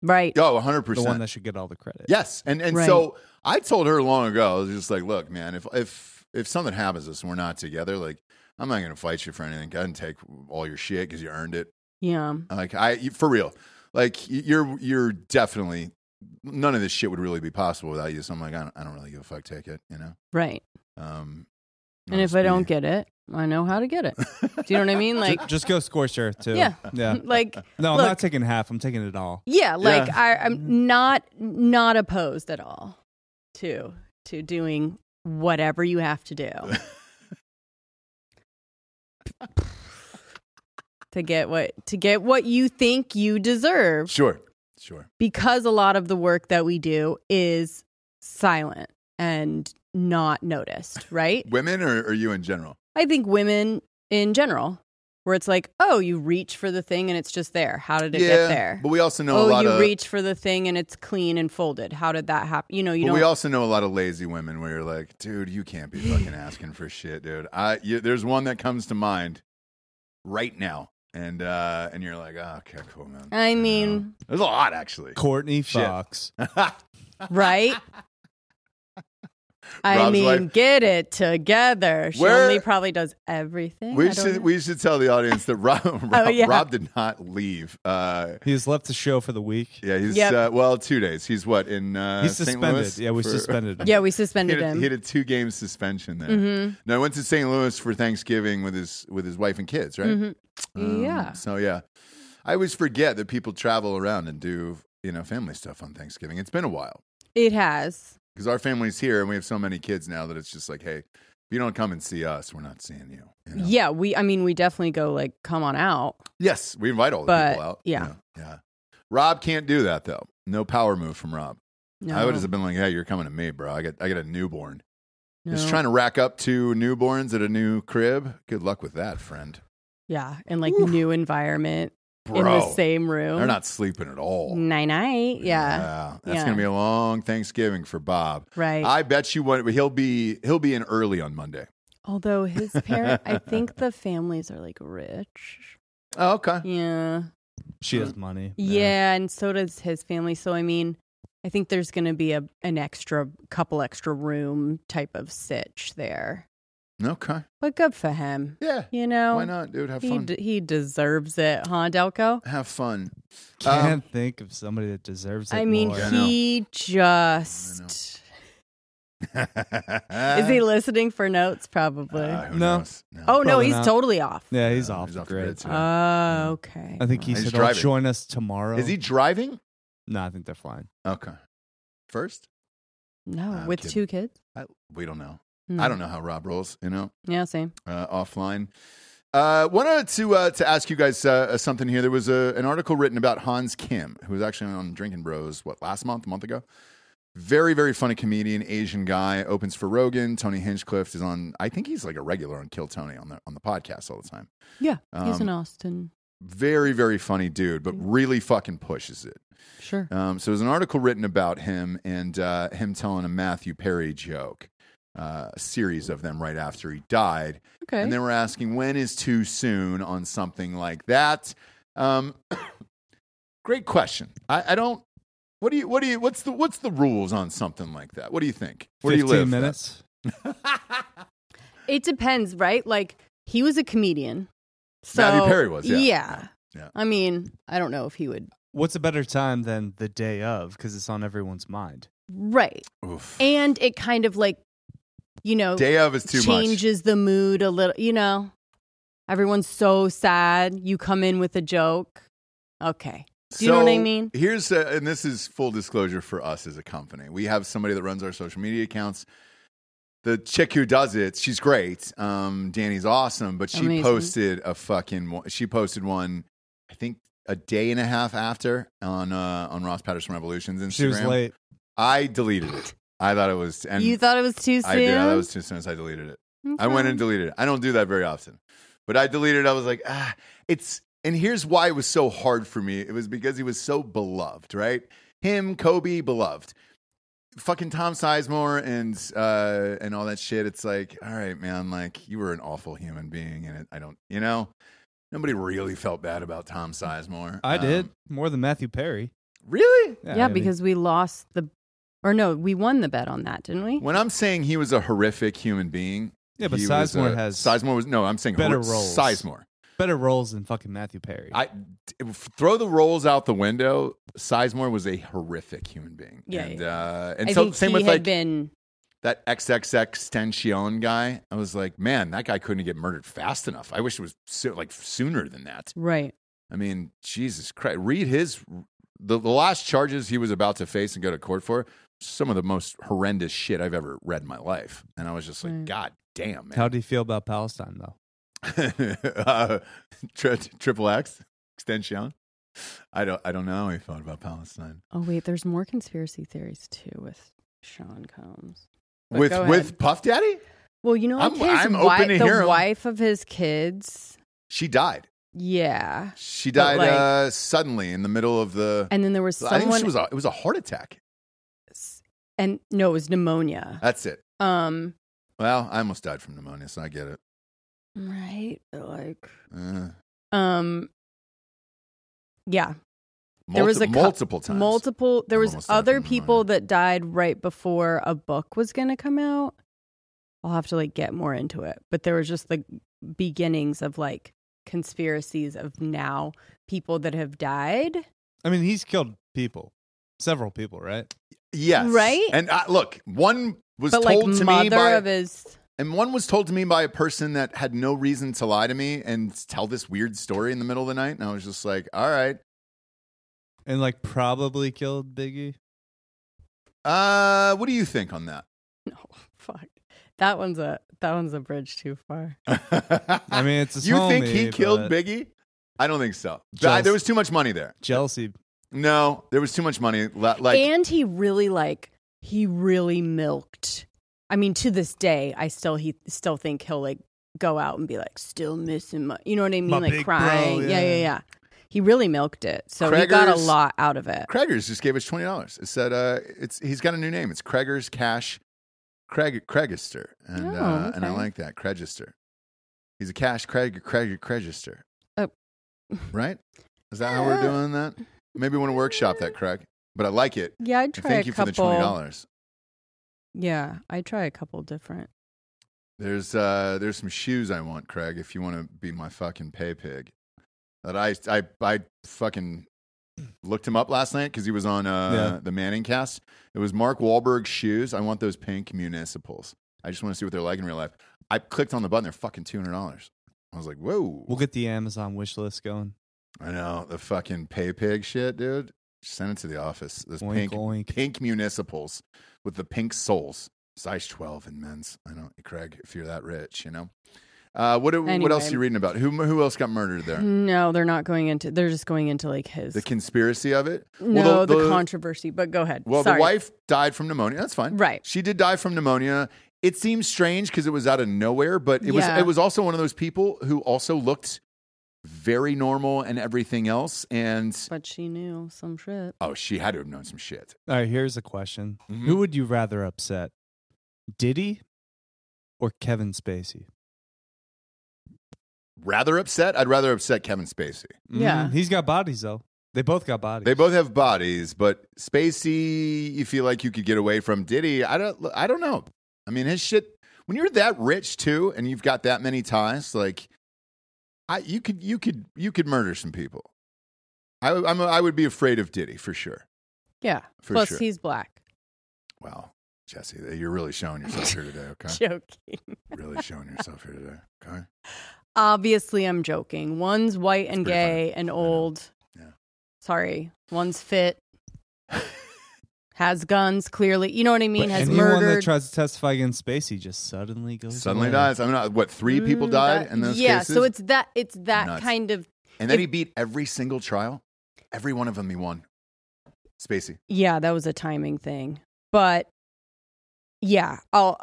C: Right.
B: Oh, 100%.
D: the one that should get all the credit.
B: Yes, and and
C: Right.
B: so I told her long ago. I was just like, look, man, if if if something happens to us and we're not together, like I'm not gonna fight you for anything. Go ahead and take all your shit because you earned it.
C: Yeah.
B: Like I you- for real, like y- you're you're definitely none of this shit would really be possible without you. So I'm like, I don't, I don't really give a fuck. Take it, you know.
C: Right.
B: Um,
C: And if I don't get it, I know how to get it. Do you know what I mean? Like,
D: Ju- just go scorch her too.
C: Yeah.
D: yeah.
C: like,
D: No, I'm
C: Look.
D: not taking half. I'm taking it all.
C: yeah, like
B: Yeah.
C: I, I'm not not opposed at all to to doing whatever you have to do to get what to get what you think you deserve.
B: sure, sure,
C: because a lot of the work that we do is silent and not noticed, right?
B: women or, or you in general,
C: I think women in general, where it's like, oh, you reach for the thing and it's just there. How did it get there?
B: But we also know a
C: Oh,
B: lot
C: you
B: of
C: reach for the thing and it's clean and folded. How did that happen? You know, you
B: but
C: don't.
B: we also know a lot of lazy women where you're like, dude, you can't be fucking asking for shit, dude. I you, there's one that comes to mind right now, and uh, and you're like, oh, okay, cool, man.
C: I
B: You know?
C: mean-
B: there's a lot actually.
D: Courtney
B: Shit.
D: Fox.
C: right? I
B: Rob's
C: mean,
B: like-
C: get it together. She
B: Where-
C: only probably does everything. I
B: we
C: don't
B: should
C: know.
B: we should tell the audience that Rob Rob,
C: yeah.
B: Rob did not leave. Uh,
D: He has left the show for the week.
B: yeah, he's
C: Yep.
B: uh, well two days. He's what in uh,
D: He's
B: St.
D: suspended.
B: Louis
D: yeah, we
B: for-
D: suspended him.
C: yeah, we
B: He
C: suspended
B: had, a,
C: him.
B: he had a two game suspension there.
C: Mhm.
B: No, I went to St. Louis for Thanksgiving with his with his wife and kids, right?
C: Mhm.
B: Um,
C: Yeah.
B: So yeah, I always forget that people travel around and do you know family stuff on Thanksgiving. It's been a while
C: It has.
B: because our family's here and we have so many kids now that it's just like, hey, if you don't come and see us, we're not seeing you. you know?
C: Yeah, we. I mean, we definitely go like, come on out.
B: Yes, we invite all the
C: But,
B: people out.
C: yeah.
B: yeah. Yeah. Rob can't do that though. No power move from Rob.
C: No,
B: I would have been like, hey, you're coming to me, bro. I got I got a newborn.
C: no.
B: Just trying to rack up two newborns at a new crib. Good luck with that, friend.
C: yeah, in like
B: Oof.
C: new environment
B: Bro,
C: in the same room.
B: they're not sleeping at all.
C: night night. Yeah,
B: That's
C: Yeah.
B: gonna be a long Thanksgiving for Bob.
C: right.
B: I bet you what he'll be he'll be in early on Monday.
C: Although his parent, I think the families are like rich.
B: Oh, okay.
C: Yeah.
D: She has money.
C: yeah, and so does his family. So I mean, I think there's going to be a an extra couple extra room type of sitch there.
B: Okay.
C: But good for him.
B: Yeah.
C: You know,
B: Why not, dude? Have
C: he
B: fun.
C: d- he deserves it, huh, Delco?
B: Have fun.
D: Can't think of somebody that deserves it
C: I mean,
D: more.
B: Um, Yeah, I know.
C: he just. Is
D: Uh,
C: he listening for notes? Probably.
B: Uh, who
D: No.
B: Ah, knows? No.
C: oh no,
D: probably
C: he's
D: not.
C: totally off.
D: yeah, he's
B: Yeah, Uh,
D: off
B: he's
D: the
B: off the
D: grid.
B: grid, too.
C: Oh, okay.
D: I think he
B: He's
D: said
B: driving.
D: he'll join us tomorrow.
B: Is he driving?
D: No, I think they're flying.
B: Okay. First?
C: no
B: I'm
C: with
B: kidding.
C: two kids.
B: I, we don't know.
C: Mm.
B: I don't know how Rob rolls, you know,
C: Yeah, same.
B: uh, offline. Uh, wanted to uh, to ask you guys uh, something here. There was a, an article written about Hans Kim, who was actually on Drinking Bros, what, last month, a month ago? Very, very funny comedian, Asian guy, opens for Rogan. Tony Hinchcliffe is on, I think he's like a regular on Kill Tony on the, on the podcast all the time.
C: Yeah, he's
B: Um,
C: in Austin.
B: Very, very funny dude, but really fucking pushes it.
C: Sure.
B: Um, so there's an article written about him and uh, him telling a Matthew Perry joke, uh, a series of them right after he died.
C: Okay.
B: And they were asking, when is too soon on something like that? Um, Great question. I, I don't. What do you? What do you? What's the? What's the rules on something like that? What do you think? Where do you
D: Fifteen
B: live?
D: minutes.
C: It depends, right? Like he was a comedian. So
B: Matthew Perry was, yeah.
C: Yeah.
B: Yeah.
C: I mean, I don't know if he would.
D: What's a better time than the day of? Because it's on everyone's mind.
C: Right.
B: Oof.
C: And it kind of like, you know,
B: Day of is too much.
C: changes the mood a little, you know. Everyone's so sad. You come in with a joke. Okay. Do you know what I
B: So,
C: mean?
B: Here's a, and this is full disclosure for us as a company. We have somebody that runs our social media accounts. The chick who does it, she's great. Um, Danny's awesome, but she
C: Amazing.
B: posted a fucking. one- She posted one, I think a day and a half after on uh, on Ross Patterson Revolutions Instagram.
D: She was late.
B: I deleted it. I thought it was. And
C: you thought it was too soon?
B: I did. I thought it was too soon. So I deleted it. I went
C: Okay.
B: and deleted it. I don't do that very often, but I deleted. it. I was like, ah, it's. And here's why it was so hard for me. It was because he was so beloved, right? Him, Kobe, beloved. Fucking Tom Sizemore and uh, and all that shit. It's like, all right, man, like you were an awful human being, and it, I don't, you know, nobody really felt bad about Tom Sizemore.
D: I
B: Um,
D: did more than Matthew Perry.
B: really.
C: Yeah,
D: I mean,
C: because we lost the, or no, we won the bet on that, didn't we?
B: When I'm saying he was a horrific human being,
D: yeah, but
B: he was
D: Sizemore
B: a-
D: has
B: Sizemore was no. I'm saying
D: better
B: hor-
D: roles.
B: Sizemore.
D: better roles than fucking Matthew Perry.
B: I t- throw the roles out the window. Sizemore was a horrific human being.
C: Yeah,
B: and
C: yeah,
B: uh, and
C: I
B: so
C: think
B: same
C: he
B: with
C: had
B: like
C: been.
B: that XXXTentacion guy. I was like, man, that guy couldn't get murdered fast enough. I wish it was so, like sooner than that.
C: Right.
B: I mean, Jesus Christ, read his the, the last charges he was about to face and go to court for. Some of the most horrendous shit I've ever read in my life, and I was just like,
C: Right.
B: God damn, man.
D: How do you feel about Palestine though?
B: uh, tri- triple X extension. I don't. I don't know how he felt about Palestine
C: Oh wait, there's more conspiracy theories too with Sean Combs. But
B: with
C: go
B: with
C: ahead.
B: Puff Daddy.
C: Well, you know, like
B: I'm-
C: his
B: I'm
C: wi-
B: open to
C: the
B: hear 'em.
C: wife of his kids.
B: She died.
C: Yeah.
B: She
C: But,
B: died
C: like-
B: uh, suddenly in the middle of the.
C: And then there was
B: I think
C: someone
B: she was. A, it was a heart attack.
C: and no, it was pneumonia.
B: That's it.
C: Um
B: Well, I almost died from pneumonia, so I get it.
C: right? But, Like
B: Uh,
C: um yeah,
B: multi-
C: There was a cou-
B: multiple times.
C: multiple there
B: I'm
C: was
B: almost died
C: other
B: from
C: people
B: pneumonia.
C: that died right before a book was going to come out. I'll have to like get more into it, but there was just the beginnings of like conspiracies of now people that have died.
D: I mean, he's killed people, several people, right?
B: Yes.
C: Right?
B: And I, look, one was
C: but like
B: told to me
C: mother
B: by
C: of his
B: And one was told to me by a person that had no reason to lie to me and tell this weird story in the middle of the night. And I was just like, all right.
D: And like probably killed Biggie.
B: Uh, what do you think on that?
C: No, fuck. That one's a that one's a bridge too far.
D: I mean, it's a
B: you think
D: homie,
B: he killed
D: but
B: Biggie? I don't think so. Th-
D: Jealous.
B: there was too much money there.
D: Jealousy.
B: No, there was too much money. Li- Like,
C: and he really like he really milked. I mean, to this day, I still he still think he'll like go out and be like still missing my, you know what I mean,
D: My
C: like
D: big bro,
C: crying. yeah. yeah,
D: yeah.
C: yeah, He really milked it, so he got a
B: Craigers-
C: lot out of it.
B: Craigers just gave us twenty dollars. It said, uh, it's he's got a new name. It's Craigers Cash, Craig Craigister, and
C: Oh,
B: uh, and I
C: okay.
B: like that Craigister. He's a cash Craig Craig Craigister.
C: Oh.
B: right? Is that how we're doing that? Maybe we want to workshop that, Craig. But I like it.
C: Yeah, I'd
B: And
C: try
B: Thank
C: a
B: you for the twenty
C: couple.
B: dollars.
C: yeah, I'd try a couple different.
B: There's uh, there's some shoes I want, Craig. If you want to be my fucking pay pig, that I I I fucking looked him up last night because he was on uh,
D: Yeah.
B: the Manning Cast. It was Mark Wahlberg's shoes. I want those pink municipals. I just want to see what they're like in real life. I clicked on the button. They're fucking two hundred dollars. I was like, whoa.
D: We'll get the Amazon wish list going.
B: I know the fucking pay pig shit, dude. Send it to the office. Those
D: Oink,
B: pink
D: oink.
B: pink municipals with the pink soles, size twelve in men's. I know, Craig, if you're that rich, you know. Uh, what what else
C: Anyway. Hmm.
B: are you reading about? Who who else got murdered there?
C: No, they're not going into. They're just going into like his.
B: The conspiracy of it.
C: no,
B: Well,
C: the, controversy. But go ahead.
B: Well,
C: Sorry.
B: the wife died from pneumonia. That's fine.
C: Right.
B: She did die from pneumonia. It seems strange because it was out of nowhere, but it
C: Yeah.
B: was it was also one of those people who also looked very normal and everything else. And
C: But she knew some shit.
B: oh, she had to have known some shit.
D: All right, here's a question:
B: Mhm.
D: Who would you rather upset, Diddy or Kevin Spacey?
B: rather upset. I'd rather upset Kevin Spacey.
C: Yeah.
D: Mhm. he's got bodies though. They both got bodies.
B: They both have bodies, but Spacey, you feel like you could get away from Diddy. I don't. I don't know. I mean, his shit. When you're that rich too, and you've got that many ties, like, I you could you could you could murder some people. I I'm, I would be afraid of Diddy for sure.
C: Yeah.
B: For
C: Plus,
B: sure.
C: he's black.
B: Wow, Jesse, you're really showing yourself here today. Okay,
C: Joking.
B: really showing yourself here today. Okay.
C: Obviously, I'm joking. One's white and
B: pretty
C: gay and
B: I know.
C: old.
B: Yeah.
C: Sorry. One's fit. has guns, clearly. You know what I mean? Has
D: anyone
C: murdered.
D: that tries to testify against Spacey just suddenly goes
B: Suddenly
D: away.
B: dies. I mean, uh, what? Three people
C: Mm,
B: died
C: that-
B: in those
C: yeah,
B: cases.
C: so it's that it's that
B: Nuts.
C: kind of
B: and then
C: if-
B: he beat every single trial. Every one of them he won. Spacey.
C: yeah, that was a timing thing. But yeah, I'll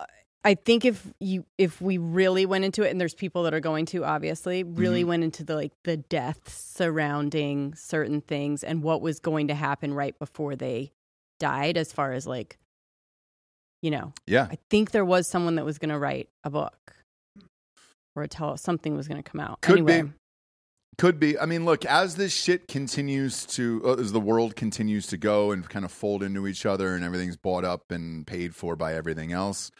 C: I think if you if we really went into it and there's people that are going to obviously
B: Mm-hmm.
C: really went into the like the deaths surrounding certain things and what was going to happen right before they died as far as like you know,
B: Yeah.
C: I think there was someone that was going to write a book or tell something was going to come out.
B: Could be.
C: anyway,
B: Could be. I mean, look, as this shit continues to, uh, as the world continues to go and kind of fold into each other and everything's bought up and paid for by everything else,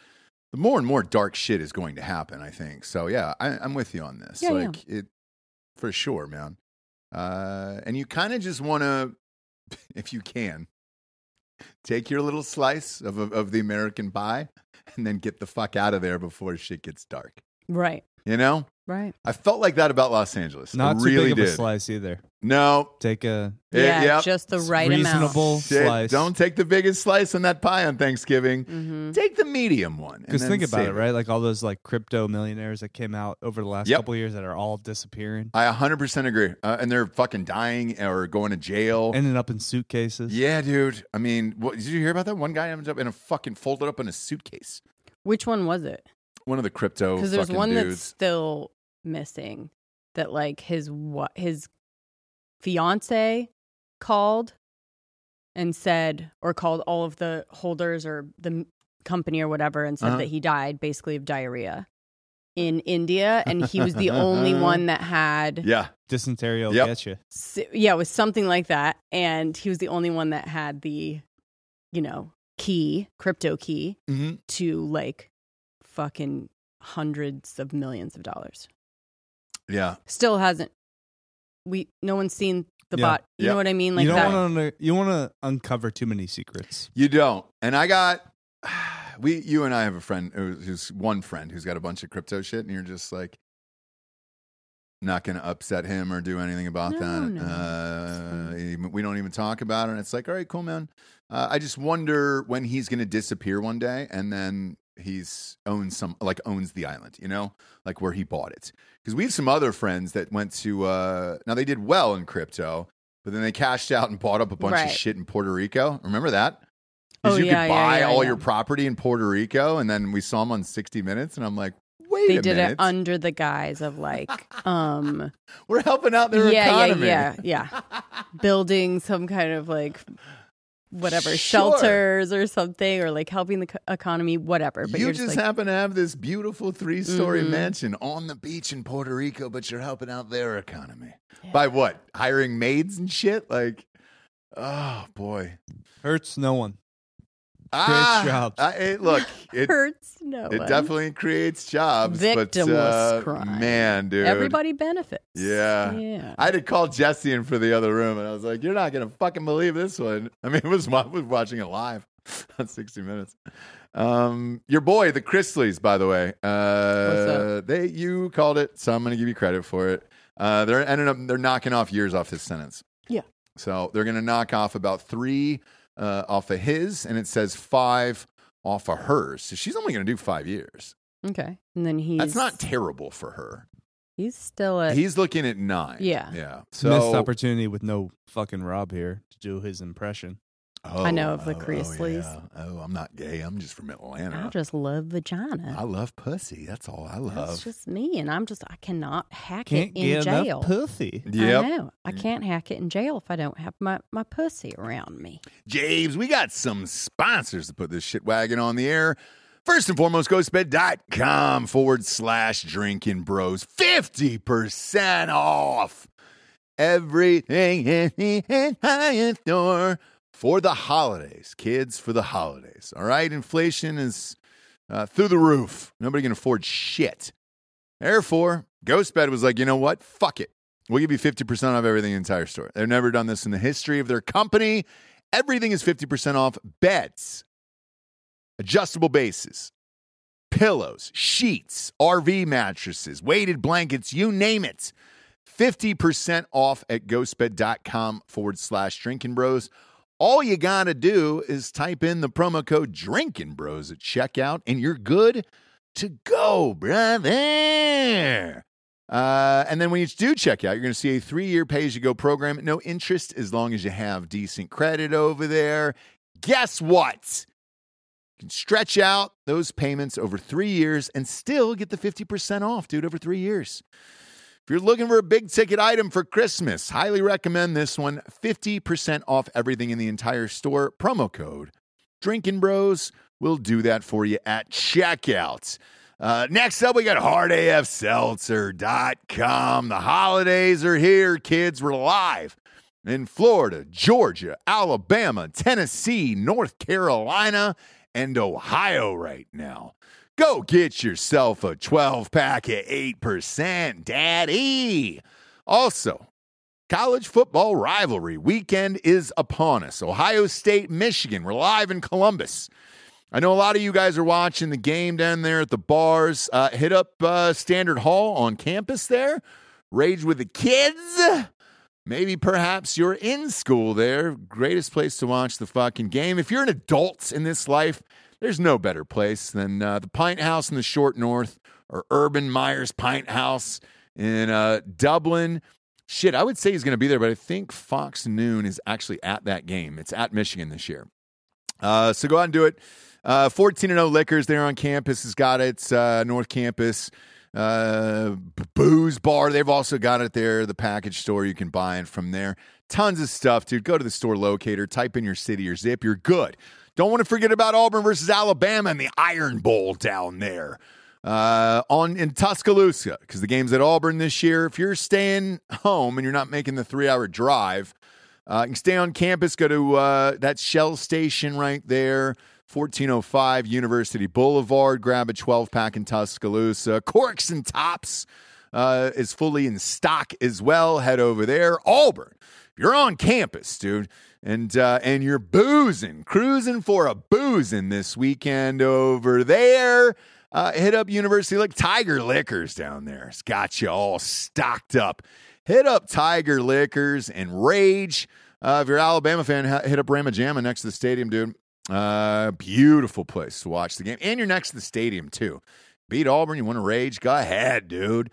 B: the more and more dark shit is going to happen, I think. So, yeah, I, I'm with you on this.
C: Yeah, yeah.
B: like, it, for sure, man. Uh, and you kind of just want to, if you can, take your little slice of, of, of the American pie and then get the fuck out of there before shit gets dark.
C: Right.
B: You know?
C: Right.
B: I felt like that about Los Angeles.
D: Not
B: I
D: too
B: really
D: big of
B: did.
D: a slice either.
B: No,
D: Take a
B: Eh,
C: yeah,
B: yep.
C: just the right amount.
D: reasonable
B: Shit,
D: slice.
B: Don't take the biggest slice on that pie on Thanksgiving.
C: Mhm.
B: Take the medium one. and
D: because
B: then
D: think about
B: save
D: it, right? Like all those like crypto millionaires that came out over the last
B: Yep.
D: couple years that are all disappearing,
B: I 100% agree. Uh, and they're fucking dying or going to jail.
D: ending up in suitcases.
B: yeah, dude. I mean, what, did you hear about that? One guy ends up in a fucking folded up in a suitcase.
C: Which one was it?
B: One of the crypto
C: because there's
B: fucking
C: one
B: dudes.
C: that's still missing that like his what his fiance called and said or called all of the holders or the m- company or whatever and said
B: Uh-huh.
C: that he died basically of diarrhea in India and he was the only one that had
B: Yeah.
D: Dysentery will
B: Yep.
D: get you.
C: s- yeah, it was something like that. And he was the only one that had the, you know, key, crypto key
B: Mhm.
C: to like fucking hundreds of millions of dollars.
B: Yeah.
C: Still hasn't, we, no one's seen the
D: Yeah.
C: bot. You
B: Yeah.
C: know what I mean? Like
D: you
C: that.
D: don't want to. You want to uncover too many secrets.
B: You don't. And I got we you and I have a friend who's, who's one friend who's got a bunch of crypto shit, and you're just like not going to upset him or do anything about
C: No,
B: that.
C: no,
B: Uh, even- we don't even talk about it. And it's like, all right, cool, man. Uh, I just wonder when he's going to disappear one day, and then he's owns some like owns the island, you know, like where he bought it. Because we have some other friends that went to uh, now they did well in crypto. But then they cashed out and bought up a bunch
C: Right.
B: of shit in Puerto Rico. Remember that?
C: Oh,
B: Because you
C: yeah,
B: could
C: yeah,
B: buy
C: yeah,
B: all
C: yeah.
B: your property in Puerto Rico, and then we saw him on 60 Minutes, and I'm like, wait
C: They
B: a
C: did
B: minute,
C: it under the guise of like, um,
B: we're helping out
C: yeah,
B: their
C: yeah,
B: economy.
C: yeah, yeah. Building some kind of like, whatever
B: Sure.
C: shelters or something, or like helping the co- economy, whatever. But
B: you
C: are
B: just,
C: just, like,
B: happen to have this beautiful three-story
C: Mhm.
B: mansion on the beach in Puerto Rico, but you're helping out their economy by what? Hiring maids and shit? Like, oh boy,
D: Hurts no one.
B: ah,
D: jobs.
B: I, it, look, it
C: hurts no
B: it
C: one.
B: definitely creates jobs, but
C: Victimless
B: uh,
C: crime.
B: man, dude,
C: Everybody benefits.
B: Yeah.
C: Yeah.
B: I had to call Jesse in for the other room, and I was like, "You're not gonna fucking believe this one." I mean, it was I was watching it live on 60 Minutes. Um, your boy, the Chrisleys, by the way, uh,
C: up?
B: they you called it, so I'm gonna give you credit for it. Uh, they're ended up they're knocking off years off his sentence.
C: Yeah.
B: So they're gonna knock off about three uh, off of his, and it says five off of hers. So she's only gonna do five years.
C: Okay. And then he's
B: That's not terrible for her.
C: he's still at
B: He's looking at nine.
C: Yeah.
B: Yeah.
D: So, Missed
B: So
D: opportunity with no fucking Rob here to do his impression.
B: Oh,
C: I know of the
B: oh,
C: Chrisleys.
B: Oh, yeah. Oh, I'm not gay. I'm just from
C: I
B: Atlanta.
C: just love vagina.
B: I love pussy. That's all I
C: That's
B: love.
C: just me and I'm just I cannot hack
D: Can't
C: it in
D: get
C: jail.
D: enough pussy.
C: I know. I can't hack it in jail if I don't have my, my pussy around me.
B: James, we got some sponsors to put this shit wagon on the air. First and foremost, ghostbed.com forward slash drinking bros. 50% off. everything in the entire store for the holidays, kids, for the holidays. All right, inflation is uh, through the roof. Nobody can afford shit. Therefore, Ghostbed was like, you know what? Fuck it. We'll give you 50% off everything in the entire store. They've never done this in the history of their company. Everything is 50% off beds, adjustable bases, pillows, sheets, RV mattresses, weighted blankets, you name it. 50% off at ghostbed.com forward slash drinking bros. All you got to do is type in the promo code drinking bros at checkout and you're good to go, brother. Uh, and then when you do check out, you're going to see a three year pay as you go program. No interest as long as you have decent credit over there. Guess what? You can stretch out those payments over three years and still get the 50% off, dude, over three years. If you're looking for a big ticket item for Christmas, highly recommend this one 50% off everything in the entire store. Promo code Drinking Bros will do that for you at checkout. Uh, next up, we got hardafseltzer.com. The holidays are here, kids. We're live in Florida, Georgia, Alabama, Tennessee, North Carolina, and Ohio right now. Go get yourself a 12 pack at 8%, daddy. E. Also, college football rivalry weekend is upon us. Ohio State, Michigan. We're live in Columbus. I know a lot of you guys are watching the game down there at the bars. Uh, hit up uh, Standard Hall on campus there. Rage with the kids. Maybe perhaps you're in school there. Greatest place to watch the fucking game. If you're an adult in this life, there's no better place than uh, the Pint House in the Short North or Urban Myers Pint House in uh, Dublin. Shit, I would say he's going to be there, but I think Fox Noon is actually at that game. It's at Michigan this year. Uh, so go out and do it. Uh, 14 and 0 Liquors there on campus has got it. Uh, North Campus uh, b- booze bar. They've also got it there. The package store you can buy it from there. Tons of stuff, dude. Go to the store locator. Type in your city or zip. You're good. Don't want to forget about Auburn versus Alabama and the Iron Bowl down there uh, on in Tuscaloosa because the game's at Auburn this year. If you're staying home and you're not making the three hour drive, uh, you can stay on campus. Go to uh, that Shell station right there, 1405 University Boulevard. Grab a 12 pack in Tuscaloosa. Corks and Tops uh, is fully in stock as well. Head over there. Auburn, you're on campus, dude. And uh, and you're boozing, cruising for a boozing this weekend over there. Uh, hit up University Lick Tiger Liquors down there. It's got you all stocked up hit up Tiger Liquors and Rage. Uh, if you're an Alabama fan, ha- hit up Rama Jamma next to the stadium, dude. Uh, beautiful place to watch the game. And you're next to the stadium, too. Beat Auburn, you want to rage? Go ahead, dude.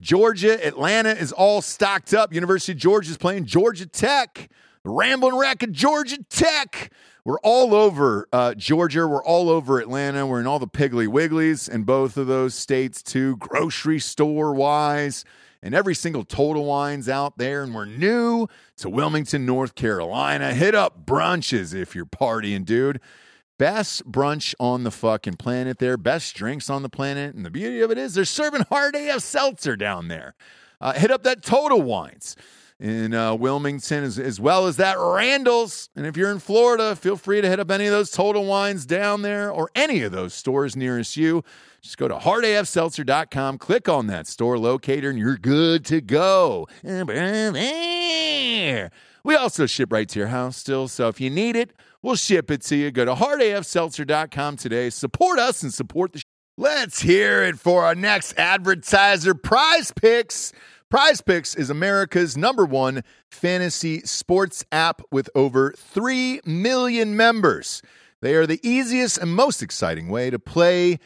B: Georgia, Atlanta is all stocked up. University of Georgia is playing Georgia Tech. The Rambling Rack of Georgia Tech. We're all over uh, Georgia. We're all over Atlanta. We're in all the Piggly Wigglies in both of those states, too, grocery store wise and every single Total Wine's out there. And we're new to Wilmington, North Carolina. Hit up brunches if you're partying, dude. Best brunch on the fucking planet there, best drinks on the planet. And the beauty of it is they're serving hard AF seltzer down there. Uh, hit up that Total Wines in uh, Wilmington as, as well as that Randall's. And if you're in Florida, feel free to hit up any of those Total Wines down there or any of those stores nearest you. Just go to hardafseltzer.com, click on that store locator, and you're good to go. We also ship right to your house still, so if you need it, we'll ship it to you. Go to hardafseltzer.com today. Support us and support the Let's hear it for our next advertiser, Prize Picks. Prize Picks is America's number one fantasy sports app with over 3 million members. They are the easiest and most exciting way to play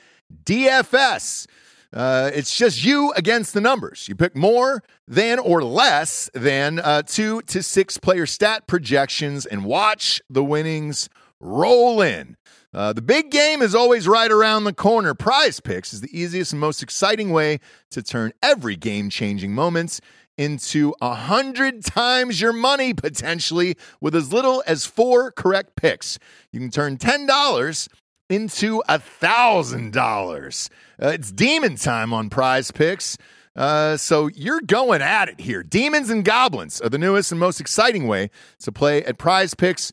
B: DFS. Uh, it's just you against the numbers. You pick more than or less than uh, two to six player stat projections and watch the winnings roll in. Uh, the big game is always right around the corner. Prize Picks is the easiest and most exciting way to turn every game changing moments into a hundred times your money potentially with as little as four correct picks. You can turn ten dollars Uh, into a thousand dollars. It's demon time on Prize Picks. Uh, so you're going at it here. Demons and Goblins are the newest and most exciting way to play at prize picks.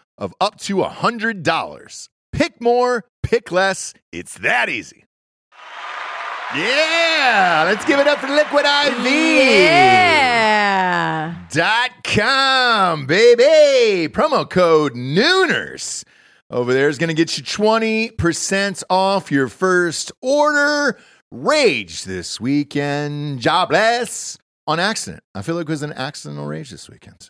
B: of up to $100. Pick more, pick less. It's that easy. Yeah, let's give it up for Liquid IV.
C: Yeah.
B: Dot com, baby. Promo code Nooners over there is going to get you 20% off your first order. Rage this weekend. Jobless on accident. I feel like it was an accidental rage this weekend.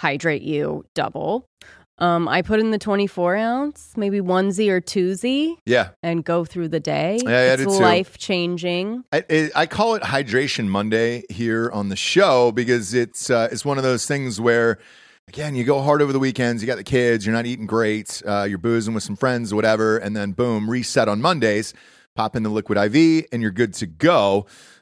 C: hydrate you double. Um, I put in the 24 ounce, maybe onesie or twosie.
B: Yeah.
C: and go through the day.
B: Yeah, I
C: it's
B: did too.
C: life changing.
B: I, I- I call it Hydration Monday here on the show because it's uh, it's one of those things where, again, you go hard over the weekends. You got the kids. You're not eating great. Uh, you're boozing with some friends or whatever, and then boom, reset on Mondays. Pop in the liquid IV, and you're good to go.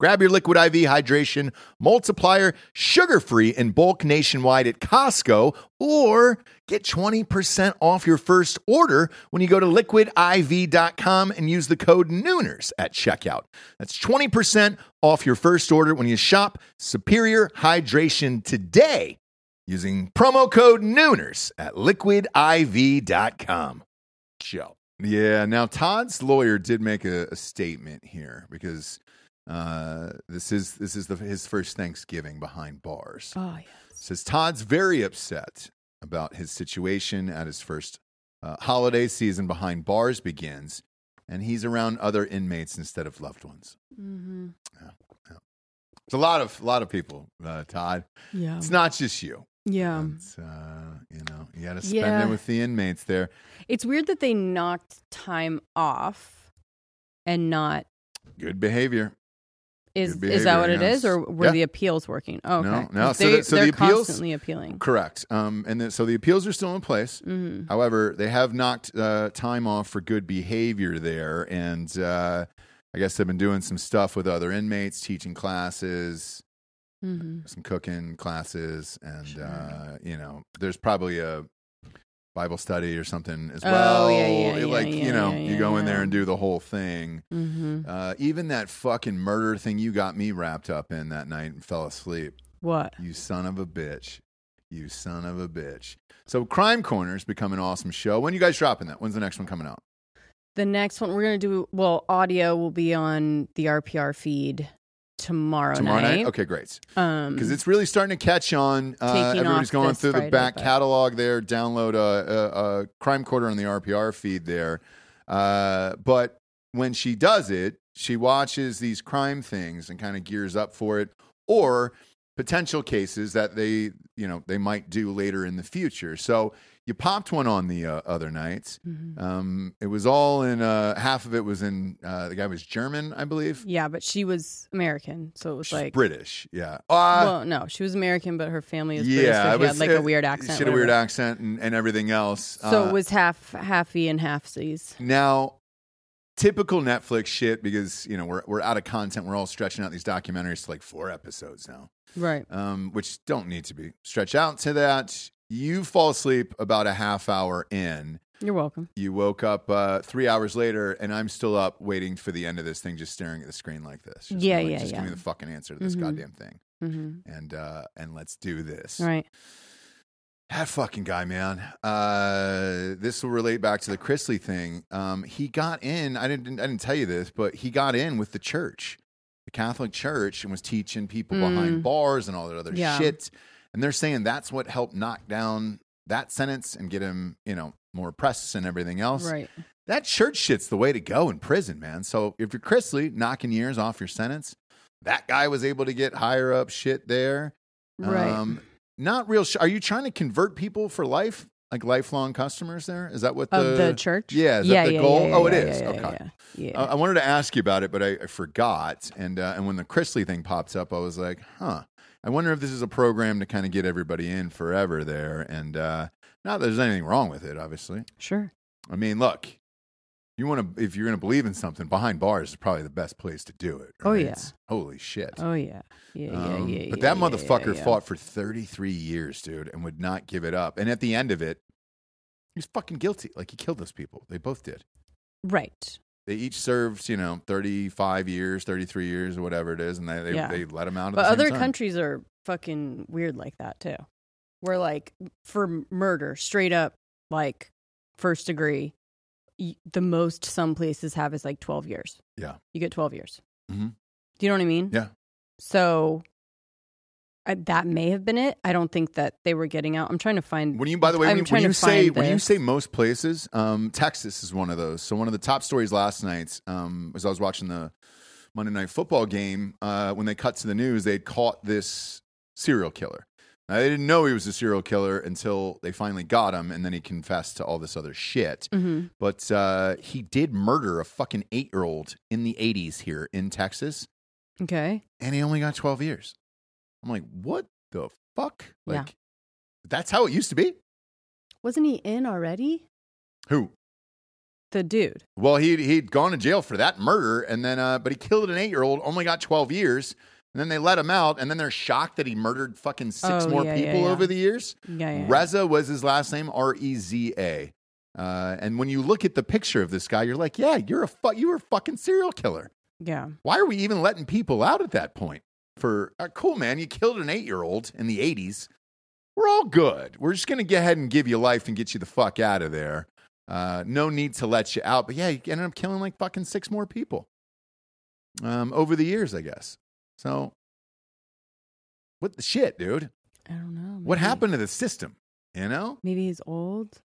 B: Grab your Liquid IV hydration multiplier, sugar free in bulk nationwide at Costco, or get 20% off your first order when you go to liquidiv.com and use the code Nooners at checkout. That's 20% off your first order when you shop Superior Hydration today using promo code Nooners at liquidiv.com. Show. Yeah. Now, Todd's lawyer did make a, a statement here because uh, this is this is the, his first Thanksgiving behind bars.
C: Oh yeah.
B: Says Todd's very upset about his situation at his first uh, holiday season behind bars begins, and he's around other inmates instead of loved ones.
C: Mm-hmm.
B: It's a lot of lot of people, uh, Todd.
C: Yeah.
B: It's not just you.
C: Yeah.
B: It's, uh, you know, you got to spend
C: Um, Yeah.
B: it with the inmates there.
C: It's weird that they knocked time off and not
B: Good behavior.
C: is
B: Good
C: is
B: behavior,
C: that what it
B: yes.
C: is or were
B: Yeah.
C: the appeals working? Oh, okay.
B: No, no. So
C: They,
B: the- so the
C: they're
B: appeals-
C: constantly appealing.
B: Correct. Um, and then, so the appeals are still in place.
C: Mm-hmm.
B: However, they have knocked uh, time off for good behavior there, and uh, I guess they've been doing some stuff with other inmates, teaching classes,
C: Mm-hmm.
B: some cooking classes, and
C: Sure.
B: uh, you know, there's probably a Bible study or something as
C: Oh,
B: well.
C: yeah, yeah,
B: It,
C: yeah,
B: like
C: yeah,
B: you know,
C: yeah,
B: you
C: yeah,
B: go in there
C: yeah.
B: and do the whole thing.
C: Mm-hmm.
B: Uh, even that fucking murder thing you got me wrapped up in that night and fell asleep.
C: What?
B: You son of a bitch. You son of a bitch. So Crime Corner's become an awesome show. When you guys dropping that? When's the next one coming out?
C: The next one we're gonna do well, audio will be on the RPR feed tomorrow,
B: Tomorrow night? Okay, great.
C: Um
B: Because it's really starting to catch on. Uh,
C: Taking
B: everybody's
C: off
B: going
C: this
B: through the
C: Friday,
B: back
C: but-
B: catalog there. Download uh, uh, uh, Crime Quarter on the RPR feed there. Uh, but when she does it, she watches these crime things and kind of gears up for it, or potential cases that they you know they might do later in the future. So you popped one on the uh, other night.
C: mhm.
B: Um, it was all in uh, half of it was in uh, the guy was German, I believe.
C: Yeah, but she was American, so it was
B: She's
C: like
B: British, yeah. Uh,
C: well, no, she was American, but her family is British, so she
B: it
C: had like
B: uh,
C: a weird accent.
B: She had a weird
C: whatever.
B: accent and, and everything else.
C: So
B: Uh,
C: it was half halfy and halfsies.
B: now typical Netflix shit because you know we're we're out of content. We're all stretching out these documentaries to like four episodes now,
C: Right.
B: um, which don't need to be stretched out to that. You fall asleep about a half hour in.
C: You're welcome.
B: You woke up uh, three hours later, and I'm still up waiting for the end of this thing, just staring at the screen like this. Just
C: Yeah,
B: like,
C: yeah,
B: Just
C: yeah.
B: give me the fucking answer to this
C: Mhm.
B: goddamn thing,
C: Mm-hmm.
B: and uh, and let's do this.
C: Right.
B: That fucking guy, man. Uh, this will relate back to the Chrisley thing. Um, he got in. I didn't. I didn't tell you this, but he got in with the church, the Catholic Church, and was teaching people behind
C: Mm.
B: bars and all that other
C: Yeah.
B: shit. And they're saying that's what helped knock down that sentence and get him, you know, more press and everything else.
C: Right.
B: That church shit's the way to go in prison, man. So if you're Chrisley knocking years off your sentence, that guy was able to get higher up shit there.
C: Right.
B: Um, not real. Sh- are you trying to convert people for life, like lifelong customers? There is that what
C: of the church.
B: yeah, is that the goal? Oh, it
C: it
B: is.
C: is.
B: Okay. Uh,
C: Yeah.
B: I-, I wanted to ask you about it, but I, I forgot. And uh, and when the Chrisley thing pops up, I was like, huh. I wonder if this is a program to kind of get everybody in forever there. And uh, not that there's anything wrong with it, obviously.
C: sure.
B: I mean, look, you want to if you're going to believe in something, behind bars is probably the best place to do it.
C: Oh,
B: right?
C: yeah.
B: It's- holy shit.
C: Oh yeah. Yeah. Yeah.
B: Um,
C: yeah.
B: but
C: yeah,
B: that
C: yeah,
B: motherfucker
C: yeah, yeah.
B: fought for 33 years, dude, and would not give it up. And at the end of it, he was fucking guilty. Like he killed those people. They both did.
C: Right.
B: They each served, you know, 35 years, 33 years, or whatever it is, and they they,
C: Yeah.
B: they let him out. At
C: But
B: the same
C: other
B: time.
C: countries are fucking weird like that too. Where like for m- murder, straight up like first degree, y- the most some places have is like twelve years.
B: Yeah.
C: You get twelve years.
B: Mhm.
C: Do you know what I mean?
B: Yeah.
C: So. I, that may have been it. I don't think that they were getting out. I'm trying to find.
B: When you, by the way, when
C: I'm
B: you, when
C: trying
B: you
C: to
B: say
C: find
B: when you
C: this.
B: say most places, um, Texas is one of those. So one of the top stories last night, um, as I was watching the Monday night football game, uh, when they cut to the news, they had caught this serial killer. Now, they didn't know he was a serial killer until they finally got him, and then he confessed to all this other shit.
C: Mhm.
B: But uh, he did murder a fucking eight year old in the '80s here in Texas,
C: Okay.
B: and he only got 12 years. I'm like, what the fuck? Like,
C: Yeah.
B: that's how it used to be.
C: Wasn't he in already?
B: Who?
C: The dude.
B: Well, he he'd gone to jail for that murder, and then uh, but he killed an eight year old. Only got twelve years, and then they let him out, and then they're shocked that he murdered fucking six
C: Oh,
B: more
C: yeah, yeah,
B: people
C: yeah.
B: over the years.
C: Yeah. yeah.
B: Reza was his last name, R E Z A. Uh, and when you look at the picture of this guy, you're like, yeah, you're a fu- you were a fucking serial killer.
C: yeah.
B: Why are we even letting people out at that point? For uh, cool, man, you killed an eight year old in the 80s. We're all good. We're just going to go ahead and give you life and get you the fuck out of there. Uh, no need to let you out. But yeah, you ended up killing like fucking six more people um, over the years, I guess. So, what the shit, dude?
C: I don't know.
B: What
C: maybe-
B: happened to the system? You know?
C: Maybe he's old.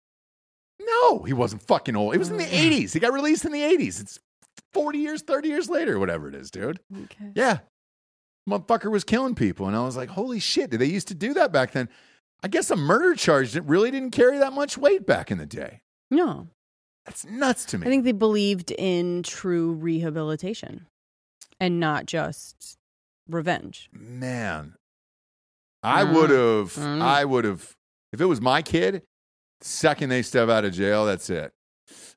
B: No, he wasn't fucking old. It was in the
C: Mm.
B: 80s. He got released in the 80s. It's 40 years, 30 years later, whatever it is, dude.
C: Okay.
B: Yeah. Motherfucker was killing people. And I was like, holy shit, did they used to do that back then? I guess a murder charge that really didn't carry that much weight back in the day.
C: No,
B: That's nuts to me.
C: I think they believed in true rehabilitation and not just revenge.
B: Man. I
C: Mm.
B: would have
C: Mm.
B: I would have if it was my kid, second they step out of jail, that's it.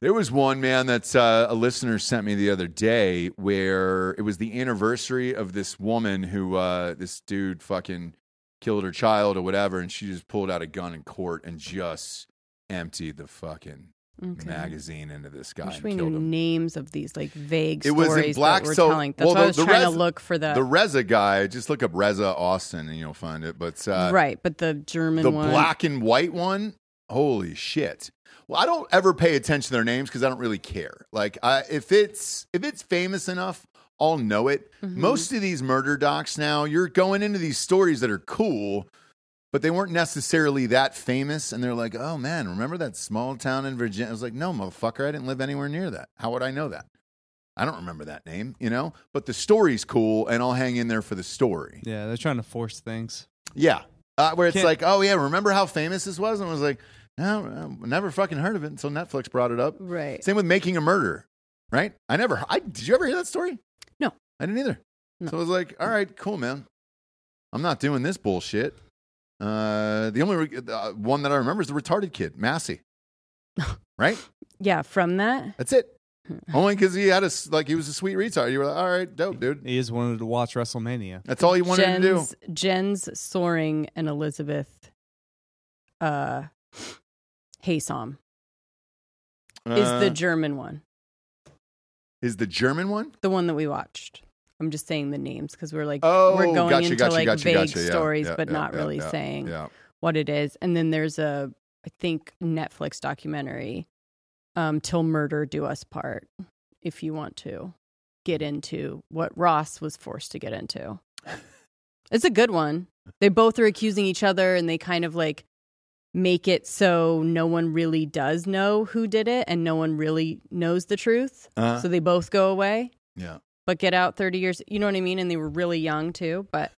B: There was one man that's uh, a listener sent me the other day where it was the anniversary of this woman who uh, this dude fucking killed her child or whatever, and she just pulled out a gun in court and just emptied the fucking
C: Okay.
B: magazine into this guy
C: Wish
B: and
C: we
B: killed
C: knew
B: him.
C: names of these like vague
B: It was in
C: stories that
B: black,
C: we're
B: so-
C: telling. That's
B: well,
C: why
B: the-
C: I was
B: the
C: trying
B: res-
C: to look for the,
B: The Reza guy, just look up Reza Austin and you'll find it. But uh,
C: right, but the German
B: the
C: one.
B: black and white one holy shit well i don't ever pay attention to their names because i don't really care like I, if it's if it's famous enough i'll know it
C: Mhm.
B: most of these murder docs now you're going into these stories that are cool but they weren't necessarily that famous and they're like oh man remember that small town in virginia i was like no motherfucker i didn't live anywhere near that how would i know that i don't remember that name you know but the story's cool and i'll hang in there for the story
D: Yeah, they're trying to force things.
B: yeah. Uh, where it's
D: Can't-
B: like, oh, yeah, remember how famous this was? And I was like, no, I never fucking heard of it until Netflix brought it up.
C: right.
B: Same with Making a Murder, right? I never, I, did you ever hear that story?
C: No.
B: I didn't either.
C: No.
B: So I was like, all right, cool, man. I'm not doing this bullshit. Uh, the only re- uh, one that I remember is the retarded kid, Massey. right?
C: Yeah, from that.
B: That's it. Only because he had a, s- like, he was a sweet retard. You were like, all right, dope, dude.
D: He is wanted to watch WrestleMania.
B: That's all he wanted
C: Jen's,
B: to do.
C: Jen's Soaring and Elizabeth uh Haysom is
B: Uh,
C: the German one.
B: is the German one?
C: The one that we watched. I'm just saying the names because we're like
B: Oh,
C: we're going
B: gotcha,
C: into
B: gotcha,
C: like
B: gotcha,
C: vague
B: gotcha. Yeah,
C: stories
B: yeah,
C: but
B: yeah,
C: not
B: yeah,
C: really
B: yeah,
C: saying
B: Yeah.
C: what it is. And then there's a I think Netflix documentary, um, Till Murder Do Us Part, if you want to get into what Ross was forced to get into. it's a good one. They both are accusing each other and they kind of like make it so no one really does know who did it and no one really knows the truth.
B: Uh,
C: So they both go away
B: yeah.
C: but get out 30 years. You know what I mean? And they were really young too. But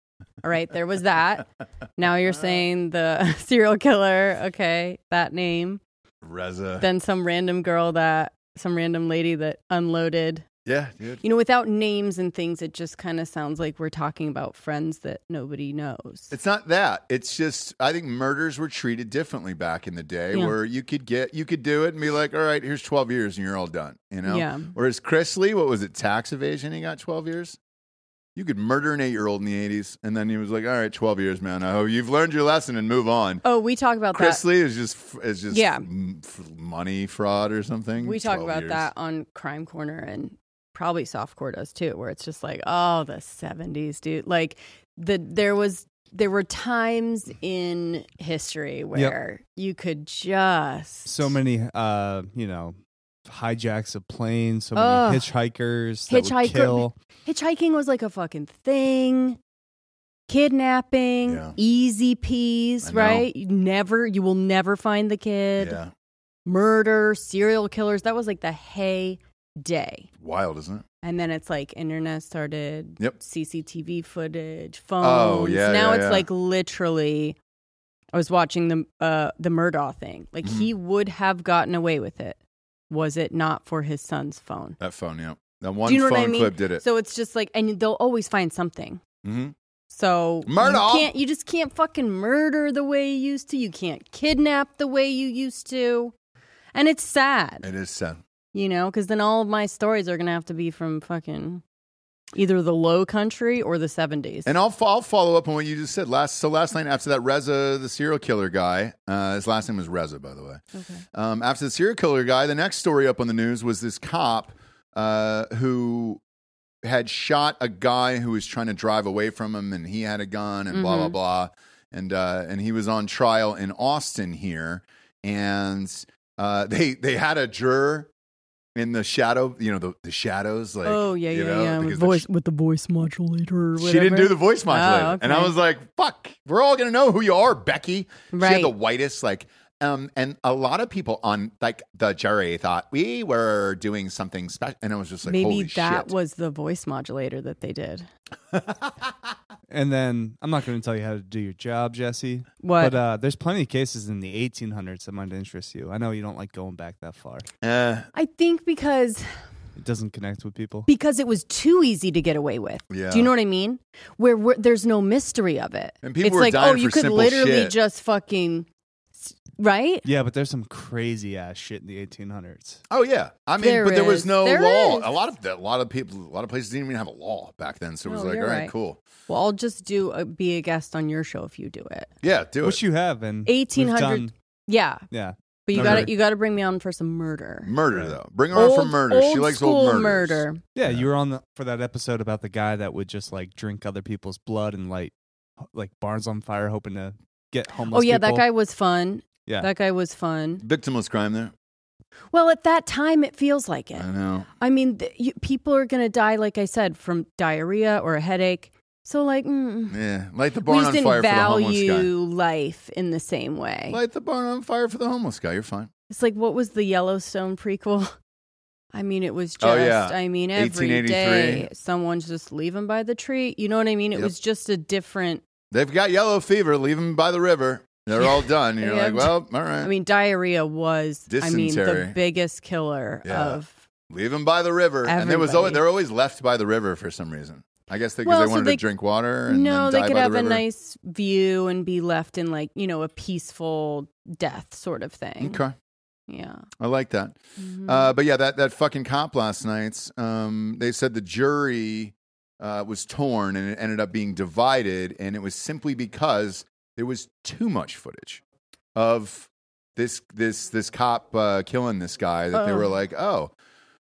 C: all right, there was that. Now you're
B: Uh-huh.
C: saying the serial killer. Okay, that name.
B: Reza.
C: Then some random girl that, some random lady that unloaded.
B: yeah, dude.
C: You know, without names and things, it just kind of sounds like we're talking about friends that nobody knows.
B: It's not that. It's just I think murders were treated differently back in the day,
C: Yeah.
B: where you could get you could do it and be like, all right, here's twelve years and you're all done. You know.
C: Yeah.
B: Whereas Chris Lee, what was it, tax evasion? He got twelve years. You could murder an eight year old in the eighties, and then he was like, all right, twelve years, man. I hope you've learned your lesson and move on.
C: Oh, we talk about
B: Chris
C: that.
B: Lee is just f- is just
C: Yeah.
B: m- f- money fraud or something.
C: We talk
B: 12
C: about
B: years.
C: that on Crime Corner and probably Softcore does too, where it's just like, oh, the seventies, dude. Like the there was there were times in history where you could just
D: So many, uh, you know, hijacks of planes. So many
C: Ugh.
D: hitchhikers that would
C: Hitchhiker-
D: kill.
C: hitchhiking was like a fucking thing. Kidnapping,
B: Yeah.
C: easy
B: I
C: peas,
B: know.
C: right? You never you will never find the kid.
B: Yeah,
C: Murder, serial killers. That was like the hey day.
B: wild, isn't it?
C: And then it's like internet started,
B: Yep. Oh,
C: CCTV footage, phones.
B: yeah,
C: now
B: yeah,
C: it's
B: yeah.
C: like literally I was watching the uh the Murdaugh thing. Like he
B: Mm-hmm.
C: would have gotten away with it was it not for his son's phone.
B: That phone, yeah. That one
C: Do you know
B: phone
C: what I mean?
B: clip did it.
C: So it's just like and they'll always find something.
B: hmm
C: So
B: Murdaugh!
C: you can't you just can't fucking murder the way you used to. You can't kidnap the way you used to. And it's sad.
B: It is sad.
C: You know, because then all of my stories are going to have to be from fucking either the low country or the 70s.
B: And I'll, fo- I'll follow up on what you just said. Last so last night after that Reza, the serial killer guy, uh, his last name was Reza, by the way.
C: Okay.
B: Um, after the serial killer guy, the next story up on the news was this cop uh, who had shot a guy who was trying to drive away from him, and he had a gun, and blah blah
C: Mhm.
B: blah, and uh, and he was on trial in Austin here, and uh, they they had a juror in the shadow, you know, the, the shadows, like
C: oh, yeah,
B: you
C: yeah,
B: know,
C: yeah. With,
B: because the
C: voice, with the voice modulator or whatever.
B: she didn't do the voice modulator.
C: Oh, okay.
B: And I was like, fuck, we're all going to know who you are, Becky. She had
C: Right.
B: the whitest, like, um, and a lot of people on like the jury thought we were doing something special, and I was just like,
C: Maybe
B: "Holy
C: that
B: shit!"
C: was the voice modulator that they did.
D: And then I'm not going to tell you how to do your job, Jesse.
C: What?
D: But uh, there's plenty of cases in the 1800s that might interest you. I know you don't like going back that far.
B: Uh,
C: I think because
D: It doesn't connect with people.
C: because it was too easy to get away with.
B: Yeah.
C: Do you know what I mean? Where we there's no mystery of it.
B: And people
C: it's
B: were
C: like,
B: dying
C: oh, you
B: for
C: could
B: simple
C: literally
B: shit.
C: just fucking, right?
D: Yeah, but there's some crazy ass shit in the 1800s.
B: oh yeah, I mean,
C: There
B: but there was
C: is.
B: no
C: There
B: law.
C: is.
B: A lot of a lot of people, a lot of places didn't even have a law back then, so it was
C: No,
B: like, all
C: Oh, you're
B: right,
C: right.
B: cool,
C: Well, I'll just do a, be a guest on your show if you do it.
B: yeah, do
D: Which
B: it.
D: you have in
C: 1800
D: we've done-
C: Yeah,
D: Yeah,
C: But you
D: Okay.
C: got to you got to bring me on for some murder.
B: Murder though. Bring her on for
C: Old-
B: murder. She likes
C: school
B: old murders.
C: murder.
D: Yeah,
B: Yeah.
D: you were on the, for that episode about the guy that would just like drink other people's blood and light like barns on fire, hoping to get homeless.
C: Oh yeah, that
D: people.
C: guy was fun.
D: Yeah.
C: That guy was fun.
B: Victimless crime there.
C: Well, at that time it feels like it.
B: I know.
C: I mean, th- you, people are going to die like I said from diarrhea or a headache. So like mm,
B: Yeah. Light the
C: we
B: barn
C: just
B: on
C: didn't
B: fire for the
C: value
B: homeless
C: life in the same
B: guy.
C: way.
B: Light the barn on fire for the homeless guy. You're fine.
C: It's like what was the Yellowstone prequel? I mean, it was just.
B: Oh, yeah.
C: I mean, every
B: 1883.
C: day someone's just leaving by the tree. You know what I mean? It
B: Yep.
C: was just a different.
B: They've got yellow fever. Leave them by the river. They're all done. You're
C: Yeah.
B: like, well, all right.
C: I mean, diarrhea was. I mean,
B: Dysentery.
C: the biggest killer
B: Yeah.
C: of.
B: Leave them by the river. And there was always,
C: Everybody.
B: they're always left by the river for some reason. I guess because
C: Well,
B: they
C: so
B: wanted
C: they-
B: to drink water. And then
C: No, they
B: die
C: could
B: by
C: have
B: the
C: a
B: river.
C: nice view and be left in like you know a peaceful death sort of thing.
B: Okay,
C: Yeah.
B: I like that.
C: Mhm.
B: Uh, but yeah, that that fucking cop last night's. Um, they said the jury uh, was torn and it ended up being divided, and it was simply because there was too much footage of this this this cop uh, killing this guy that they were
C: Oh.
B: like, oh,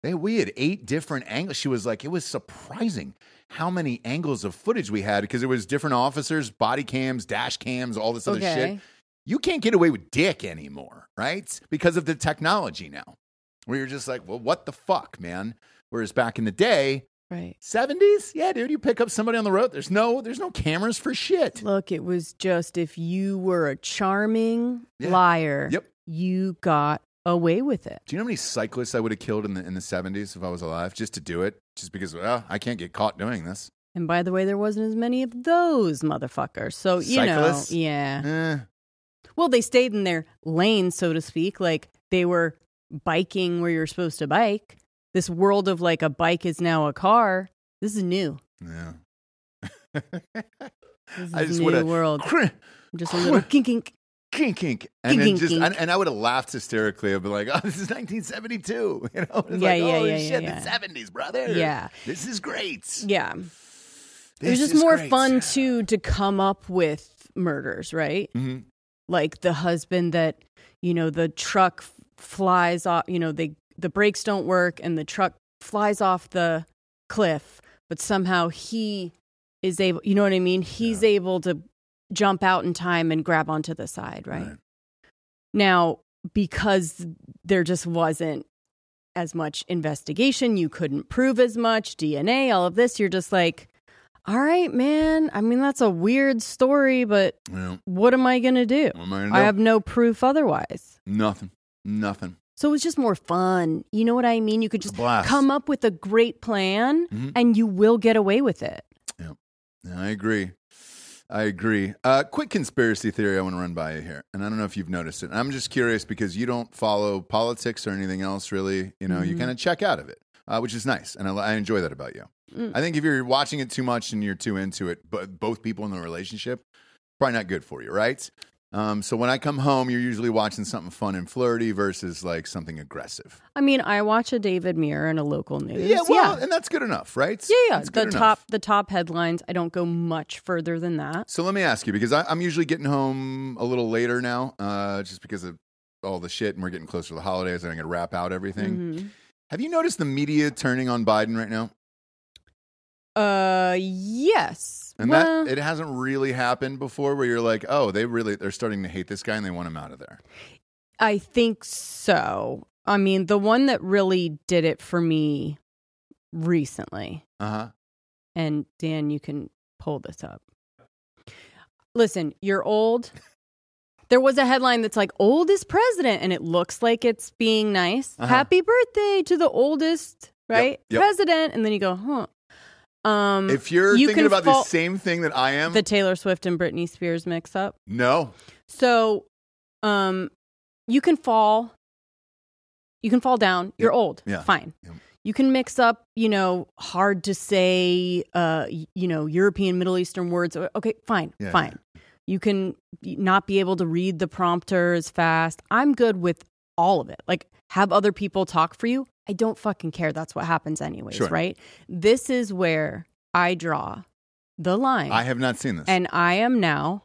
B: they we had eight different angles. She was like, it was surprising how many angles of footage we had because it was different officers, body cams, dash cams, all this other shit
C: okay.
B: you can't get away with dick anymore, right? Because of the technology now, where you're just like, well, what the fuck, man? Whereas back in the day,
C: Right.
B: 70s, yeah, dude, you pick up somebody on the road. There's no, there's no cameras for shit.
C: Look, it was just if you were a charming
B: Yeah.
C: liar,
B: Yep.
C: you got away with it.
B: Do you know how many cyclists I would have killed in the in the 70s if I was alive just to do it? Just because, well, I can't get caught doing this.
C: And by the way, there wasn't as many of those motherfuckers. So, you
B: Cyclists?
C: know, yeah.
B: Eh,
C: Well, they stayed in their lane, so to speak. Like they were biking where you're supposed to bike. This world of like a bike is now a car. This is new.
B: yeah.
C: This is
B: I just
C: new
B: would have
C: world. Just a little kink kink.
B: kink kink and then
C: kink,
B: just
C: kink.
B: And, and I would have laughed hysterically. I'd be like, "Oh, this is 1972," you know? It's
C: Yeah,
B: like,
C: yeah,
B: "Holy
C: yeah, yeah,
B: shit,
C: yeah.
B: the 70s, brother."
C: Yeah.
B: this is great.
C: Yeah.
B: This
C: it was just
B: is
C: more
B: great.
C: fun too to come up with murders, right?
B: Mhm.
C: Like the husband that you know the truck f- flies off. You know they the brakes don't work and the truck flies off the cliff, but somehow he is able. You know what I mean? He's able to jump out in time and grab onto the side, right?
B: Right.
C: Now because there just wasn't as much investigation, you couldn't prove as much DNA, all of this. You're just like. All right, man. I mean, that's a weird story, but
B: Yeah.
C: what am I going to do?
B: What am I gonna do?
C: I have no proof otherwise.
B: nothing. Nothing.
C: So it was just more fun. You know what I mean? You could
B: It's a
C: just
B: blast.
C: come up with a great plan
B: Mhm.
C: and you will get away with it.
B: I agree. I agree. Uh, quick conspiracy theory I want to run by you here, and I don't know if you've noticed it. And I'm just curious because you don't follow politics or anything else, really. You know, you
C: Mhm.
B: kind of check out of it, uh, which is nice, and I, I enjoy that about you.
C: Mm.
B: I think if you're watching it too much and you're too into it, but both people in the relationship, probably not good for you, right? Um, so when I come home, you're usually watching something fun and flirty versus like something aggressive.
C: I mean, I watch a David Muir and a local news.
B: Yeah, well,
C: yeah.
B: and that's good enough, right?
C: Yeah, yeah.
B: That's
C: The
B: good
C: top
B: enough.
C: the top headlines. I don't go much further than that.
B: So let me ask you because I, I'm usually getting home a little later now, uh, just because of all the shit, and we're getting closer to the holidays, and I'm going to wrap out everything.
C: Mhm.
B: Have you noticed the media turning on Biden right now?
C: Uh yes.
B: And
C: well,
B: that it hasn't really happened before, where you're like, oh, they really they're starting to hate this guy and they want him out of there.
C: I think so. I mean, the one that really did it for me recently
B: Uh huh.
C: and Dan, you can pull this up. Listen, you're old. There was a headline that's like oldest president, and it looks like it's being nice.
B: Uh-huh.
C: Happy birthday to the oldest, right?
B: yep.
C: President, and then you go, huh? Um,
B: If you're
C: you
B: thinking
C: can
B: about
C: fault
B: the same thing that I am,
C: the Taylor Swift and Britney Spears mix up,
B: no,
C: so, um, you can fall. You can fall down. You're old.
B: Yeah.
C: Fine.
B: Yep.
C: You can mix up, you know, hard to say, uh, y- you know, European, Middle Eastern words. Okay, fine,
B: Yeah,
C: fine. You can not be able to read the prompter as fast. I'm good with all of it. Like, have other people talk for you. I don't fucking care. That's what happens, anyways,
B: Sure.
C: right? This is where I draw the line.
B: I have not seen this.
C: And I am now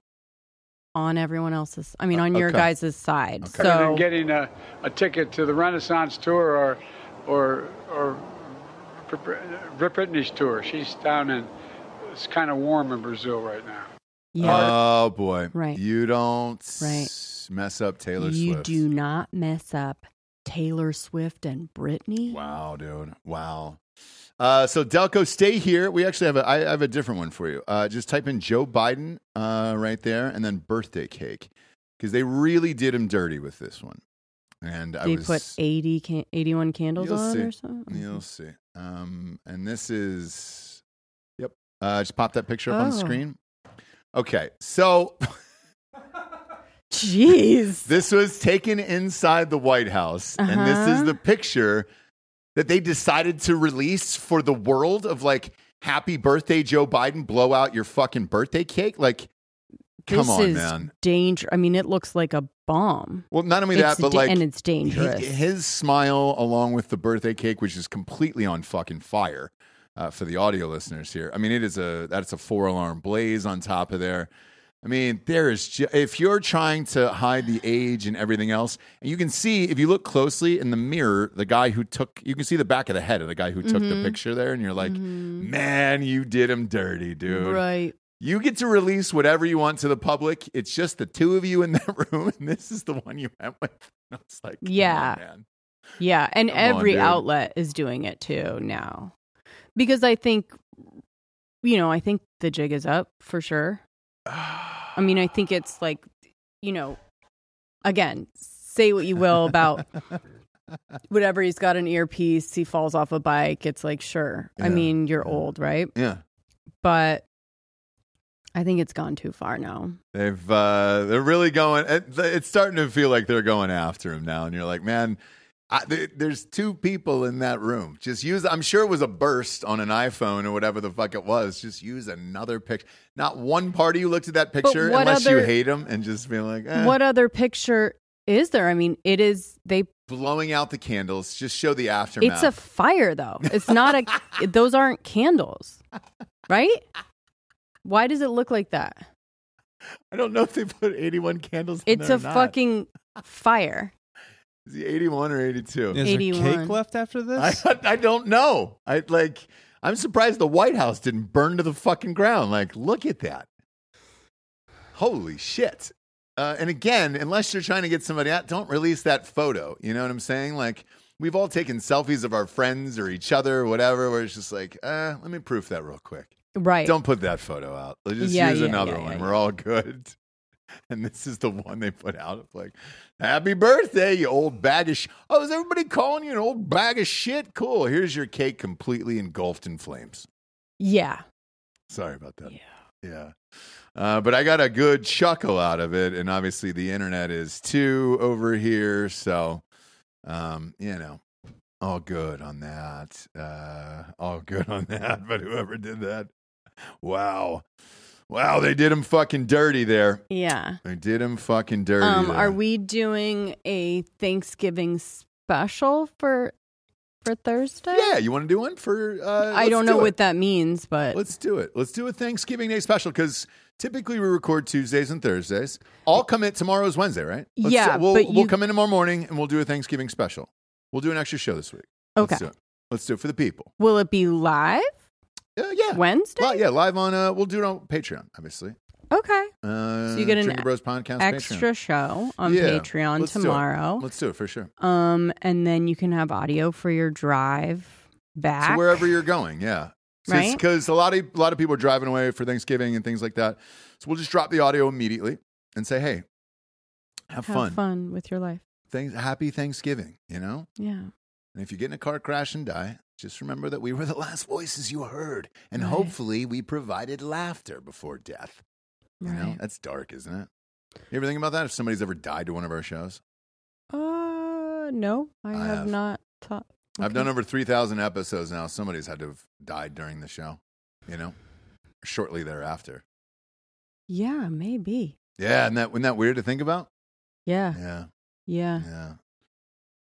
C: on everyone else's. I mean, on your
B: Uh, okay.
C: guys' side.
E: better than
C: So
E: getting a, a ticket to the Renaissance tour or or or Rip Britney's tour. She's down in it's kind of warm in Brazil right now.
C: yeah,
B: Oh boy.
C: Right.
B: You don't s- mess up Taylor
C: you
B: Swift.
C: do not mess up Taylor Swift and Britney.
B: Wow, dude. Wow. Uh, so Delco, stay here. We actually have a I I have a different one for you. Uh, just type in Joe Biden uh, right there, and then birthday cake, because they really did him dirty with this one. And I
C: They
B: was
C: put 80 can- 81 candles
B: You'll
C: on
B: see.
C: or something.
B: You'll see. Um, and this is, yep. Uh, just pop that picture up on the
C: Oh.
B: screen. Okay, so
C: Jeez.
B: this was taken inside the White House, and this is
C: Uh-huh.
B: the picture that they decided to release for the world of like, "Happy birthday, Joe Biden! Blow out your fucking birthday cake!" Like, come
C: this
B: on,
C: is
B: man.
C: danger. I mean, it looks like a bomb.
B: Well, not only that,
C: It's
B: but
C: da-
B: like,
C: and it's
B: he-
C: dangerous.
B: his smile along with the birthday cake, which is completely on fucking fire. Uh, for the audio listeners here, I mean, it is a that's a four alarm blaze on top of there. I mean, there is ju- if you're trying to hide the age and everything else, and you can see if you look closely in the mirror, the guy who took you can see the back of the head of the guy who took the picture there, and you're like,
C: Mhm.
B: man, you did him dirty, dude.
C: right.
B: You get to release whatever you want to the public. It's just the two of you in that room, and this is the one you went with. And I was like, come on,
C: Yeah.
B: man.
C: Yeah, and
B: Come on,
C: every
B: dude.
C: outlet is doing it too now. Because I think you know, I think the jig is up for sure. I mean, I think it's like you know, again, say what you will about whatever he's got an earpiece, he falls off a bike, it's like sure. I
B: Yeah,
C: mean, you're
B: yeah.
C: old, right?
B: Yeah,
C: But I think it's gone too far now.
B: they've uh, they're really going. it- It's starting to feel like they're going after him now, and you're like, man, I, there, there's two people in that room. Just use. I'm sure it was a burst on an iPhone or whatever the fuck it was. Just use another picture. Not one party you looked at that picture
C: what
B: unless you
C: other-
B: hate him and just be like, eh.
C: What other picture is there? I mean, it is they
B: blowing out the candles. Just show the aftermath.
C: It's a fire, though. It's not a. those aren't candles, right? Why does it look like that?
B: I don't know if they put 81 candles. in
C: It's
B: there
C: a
B: or not.
C: fucking fire.
B: Is he 81 or 82?
D: Is there
C: 81.
D: cake left after
B: I,
D: this?
B: I don't know. I like. I'm surprised the White House didn't burn to the fucking ground. Like, look at that. Holy shit. Uh, and again, unless you're trying to get somebody out, don't release that photo. You know what I'm saying? Like, we've all taken selfies of our friends or each other or whatever, where it's just like, uh, let me proof that real quick.
C: Right.
B: Don't put that photo out. Let's just
C: Yeah,
B: use
C: yeah,
B: another
C: yeah,
B: one.
C: yeah,
B: We're all good. And this is the one they put out of like, happy birthday, you old bag of sh- Oh, is everybody calling you an old bag of shit? Cool. Here's your cake completely engulfed in flames.
C: Yeah.
B: Sorry about that.
C: Yeah.
B: Yeah. Uh, but I got a good chuckle out of it. And obviously the internet is too over here. So, um, you know, all good on that. Uh, all good on that. But whoever did that, wow. Wow, they did him fucking dirty there.
C: Yeah.
B: They did him fucking dirty.
C: Um,
B: there.
C: are we doing a Thanksgiving special for for Thursday?
B: Yeah, you want to do one for? Uh,
C: I
B: let's
C: don't know
B: do it.
C: what that means, but
B: Let's do it. Let's do a Thanksgiving Day special because typically we record Tuesdays and Thursdays. I'll come in tomorrow's Wednesday, right?
C: Yeah,
B: We'll
C: but
B: we'll
C: you-
B: come in tomorrow morning and we'll do a Thanksgiving special. We'll do an extra show this week.
C: okay.
B: Let's do it. Let's do it for the people.
C: Will it be live
B: Uh, yeah.
C: Wednesday?
B: Li- yeah, live on. Uh, we'll do it on Patreon, obviously.
C: okay.
B: Uh,
C: So you get an
B: Drinker Bros podcast
C: Extra
B: Patreon.
C: show on
B: Yeah.
C: Patreon
B: Let's do it.
C: tomorrow.
B: Let's do it for sure.
C: Um, and then you can have audio for your drive back.
B: So wherever you're going, yeah.
C: Right?
B: Because a lot of a lot of people are driving away for Thanksgiving and things like that. So we'll just drop the audio immediately and say, "Hey, have,
C: have
B: fun.
C: fun. with your life.
B: Thanks, happy Thanksgiving." You know.
C: Yeah.
B: And if you get in a car crash and die, just remember that we were the last voices you heard, and
C: Right.
B: hopefully we provided laughter before death. You know,
C: Right.
B: that's dark, isn't it? You ever think about that? If somebody's ever died to one of our shows,
C: Uh no, I,
B: I
C: have,
B: have.
C: not taught
B: I've done over three thousand episodes now. Somebody's had to have died during the show. You know, shortly thereafter.
C: Yeah, maybe.
B: Yeah, isn't that, isn't that weird to think about?
C: Yeah.
B: Yeah,
C: Yeah.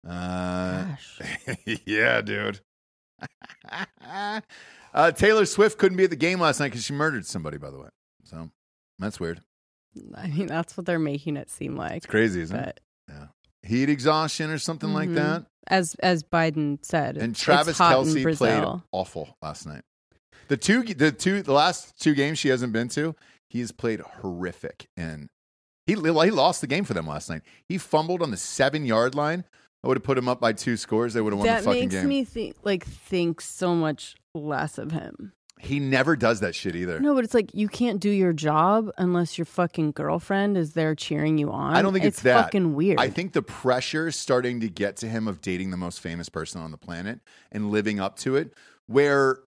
B: yeah. Uh,
C: Gosh.
B: yeah, dude. uh, Taylor Swift couldn't be at the game last night because she murdered somebody, by the way. So that's weird.
C: I mean, that's what they're making it seem like.
B: It's crazy, isn't it?
C: But
B: Heat exhaustion or something like
C: Mhm.
B: that.
C: as as Biden said,
B: And
C: it's
B: Travis
C: hot in
B: Kelsey played
C: Brazil.
B: awful last night. The two, the two, the last two games she hasn't been to, he has played horrific. And he he lost the game for them last night. He fumbled on the seven yard line. I would have put him up by two scores. They would have won
C: That
B: the fucking
C: makes
B: game.
C: me think like think so much less of him.
B: he never does that shit either.
C: No, but it's like you can't do your job unless your fucking girlfriend is there cheering you on.
B: I don't think it's that.
C: fucking weird.
B: I think the pressure is starting to get to him of dating the most famous person on the planet and living up to it. Where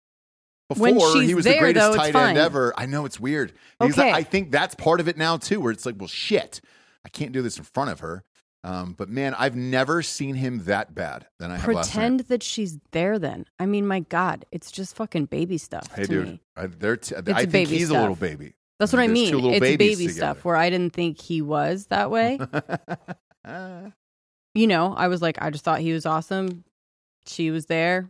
C: When
B: before he
C: she's
B: was the
C: there,
B: greatest
C: though, it's
B: tight end
C: fine.
B: ever. I know it's weird. Because I-
C: Okay.
B: I think that's part of it now too, where it's like, well, shit, I can't do this in front of her. Um, but man, I've never seen him that bad than I have last night.
C: pretend that she's there. Then I mean, my God, it's just fucking baby stuff.
B: Hey,
C: to
B: dude,
C: me.
B: I, they're t- I
C: It's
B: think
C: baby
B: he's a
C: stuff.
B: little baby.
C: that's what I
B: There's
C: mean.
B: two little
C: It's
B: babies
C: baby
B: together.
C: stuff where I didn't think he was that way. you know, I was like, I just thought he was awesome. She was there.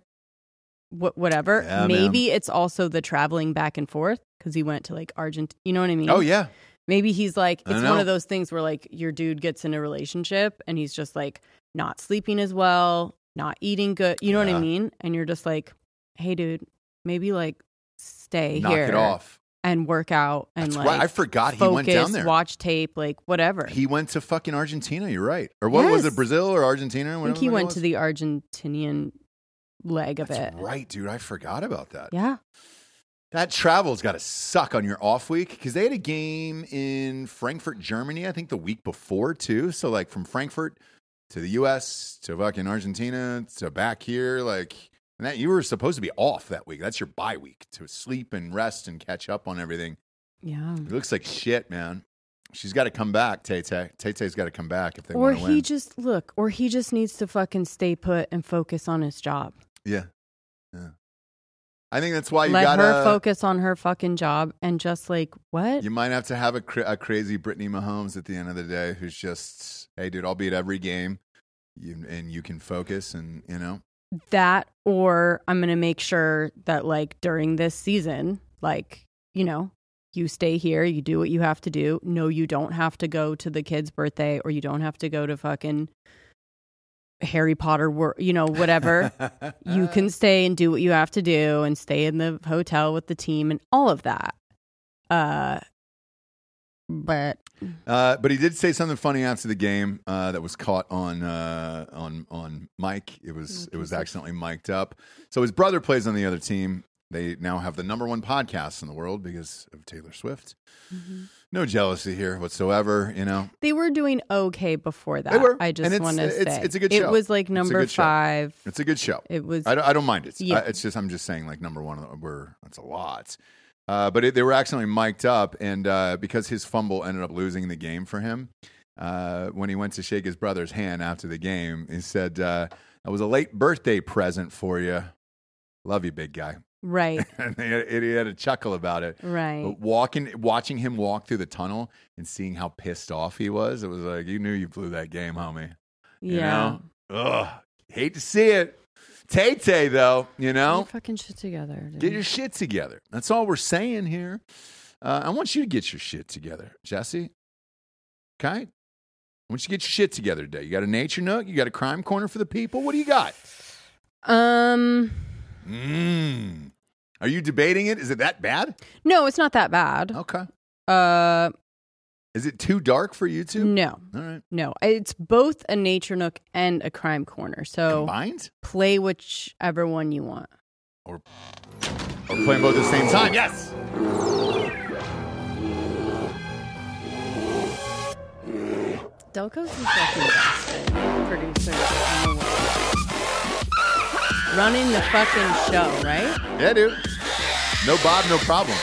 C: What, whatever.
B: Yeah, man.
C: Maybe it's also the traveling back and forth because he went to like Argentina. You know what I mean?
B: oh yeah,
C: Maybe he's like,
B: I
C: it's
B: know.
C: one of those things where like your dude gets in a relationship and he's just like not sleeping as well, not eating good. You know what
B: Yeah.
C: I mean? And you're just like, hey, dude, maybe like stay
B: knock
C: here
B: it off.
C: and work out and
B: That's
C: like
B: right. I forgot
C: focus,
B: he went down there.
C: watch tape, like whatever.
B: He went to fucking Argentina. You're right. Or what was
C: Yes.
B: it? Brazil or Argentina?
C: I
B: whatever
C: think he
B: it
C: went
B: was?
C: to the Argentinian leg of
B: That's
C: it.
B: right, dude. I forgot about that.
C: Yeah.
B: That travel's got to suck on your off week because they had a game in Frankfurt, Germany, I think the week before, too. So, like, from Frankfurt to the US to fucking Argentina to back here, like, and that you were supposed to be off that week. That's your bye week to sleep and rest and catch up on everything.
C: Yeah.
B: It looks like shit, man. She's got to come back, Tay Tay. Tay Tay's got to come back if they
C: Or
B: want to
C: he
B: win.
C: just look, or he just needs to fucking stay put and focus on his job.
B: yeah. Yeah. I think that's why you
C: Let
B: got to.
C: her focus on her fucking job and just like what?
B: You might have to have a, cra- a crazy Brittany Mahomes at the end of the day, who's just, hey, dude, I'll be at every game, you, and you can focus, and you know,
C: That or I'm gonna make sure that like during this season, like, you know, you stay here, you do what you have to do. No, you don't have to go to the kid's birthday or you don't have to go to fucking Harry Potter wor- you know, whatever. you
B: Uh.
C: can stay and do what you have to do and stay in the hotel with the team and all of that. Uh, but
B: Uh, but he did say something funny after the game uh, that was caught on uh, on on Mike. It was it was accidentally mic'd up. So his brother plays on the other team. They now have the number one podcast in the world because of Taylor Swift.
C: Mm-hmm.
B: No jealousy here whatsoever. You know,
C: they were doing okay before that.
B: were,
C: I
B: and
C: just
B: it's-
C: want to
B: it's-
C: say
B: it's a good
C: It
B: show.
C: was
B: It's
C: like
B: a
C: number
B: good show.
C: five.
B: it's a good show.
C: It was
B: I don't, I don't mind it.
C: Yeah.
B: I- it's just I'm just saying like number one uh, we're that's a lot. Uh, but it, they were accidentally mic'd up, and uh, because his fumble ended up losing the game for him, uh, when he went to shake his brother's hand after the game, he said, uh, "That was a late birthday present for you. Love you, big guy."
C: right,
B: And they had, he had a chuckle about it.
C: right.
B: But walking, watching him walk through the tunnel and seeing how pissed off he was, it was like you knew you blew that game, homie. You
C: yeah,
B: know? Ugh. Hate to see it. Tay Tay, though, you
C: Get
B: know,
C: fucking shit together. dude.
B: get your shit together. That's all we're saying here. Uh, I want you to get your shit together, Jesse. Okay? I want you to get your shit together today. You got a nature nook? You got a crime corner for the people? What do you got?
C: um,
B: Mm. Are you debating it? Is it that bad?
C: no, it's not that bad.
B: Okay.
C: Uh,
B: Is it too dark for you two?
C: no,
B: All right.
C: no, it's both a nature nook and a crime corner. So
B: Combined?
C: play whichever one you want.
B: Or playing both at the same time? Yes.
C: Delco's the fucking best producer in the world. Running the fucking show, right?
B: Yeah, dude. No Bob, no problem.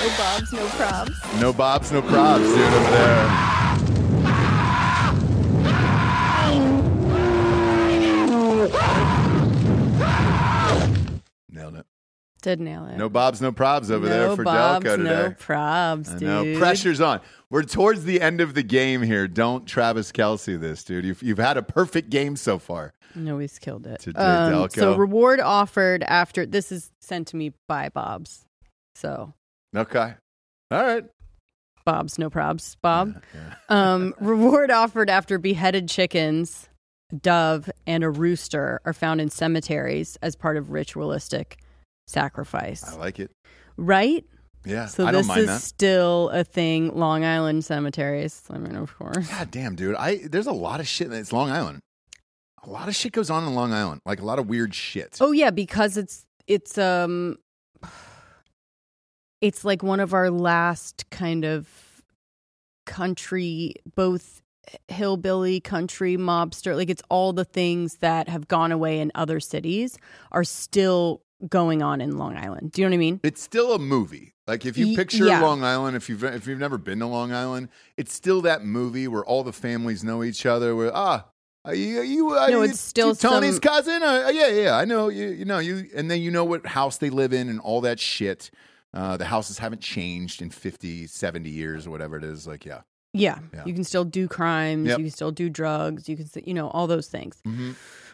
C: No Oh, bobs, no probs.
B: No bobs, no probs, dude, over there. Nailed it.
C: Did nail it.
B: No bobs, no probs over there
C: No
B: for
C: bobs,
B: Delco
C: No
B: today.
C: probs, dude.
B: I know. Pressure's on. We're towards the end of the game here. Don't Travis Kelsey this, dude. You've, you've had a perfect game so far.
C: No, he's killed it. Um,
B: To do Delco.
C: so reward offered after this is sent to me by Bob's. So
B: Okay. All right.
C: Bob's no probs, Bob. Um, reward offered after beheaded chickens, dove, and a rooster are found in cemeteries as part of ritualistic sacrifice.
B: I like it.
C: Right?
B: Yeah,
C: So
B: I
C: this
B: don't mind
C: is
B: that.
C: still a thing. Long Island cemeteries. I mean, of course.
B: God damn, dude. I there's a lot of shit. It's Long Island. A lot of shit goes on in Long Island. Like a lot of weird shit.
C: Oh yeah, because it's it's um it's like one of our last kind of country both hillbilly country mobster like it's all the things that have gone away in other cities are still going on in Long Island. Do you know what I mean?
B: It's still a movie. Like if you
C: Y-
B: picture
C: yeah.
B: Long Island, if you've if you've never been to Long Island, it's still that movie where all the families know each other. Where ah, are you are you are
C: No,
B: you
C: it's still
B: Tony's
C: some-
B: cousin. Uh, yeah, yeah, I know you. You know you, and then you know what house they live in and all that shit. Uh, the houses haven't changed in 50, 70 years or whatever it is. Like yeah,
C: Yeah.
B: Yeah.
C: You can still do crimes,
B: Yep.
C: you can still do drugs, you can s- you know all those things.
B: hmm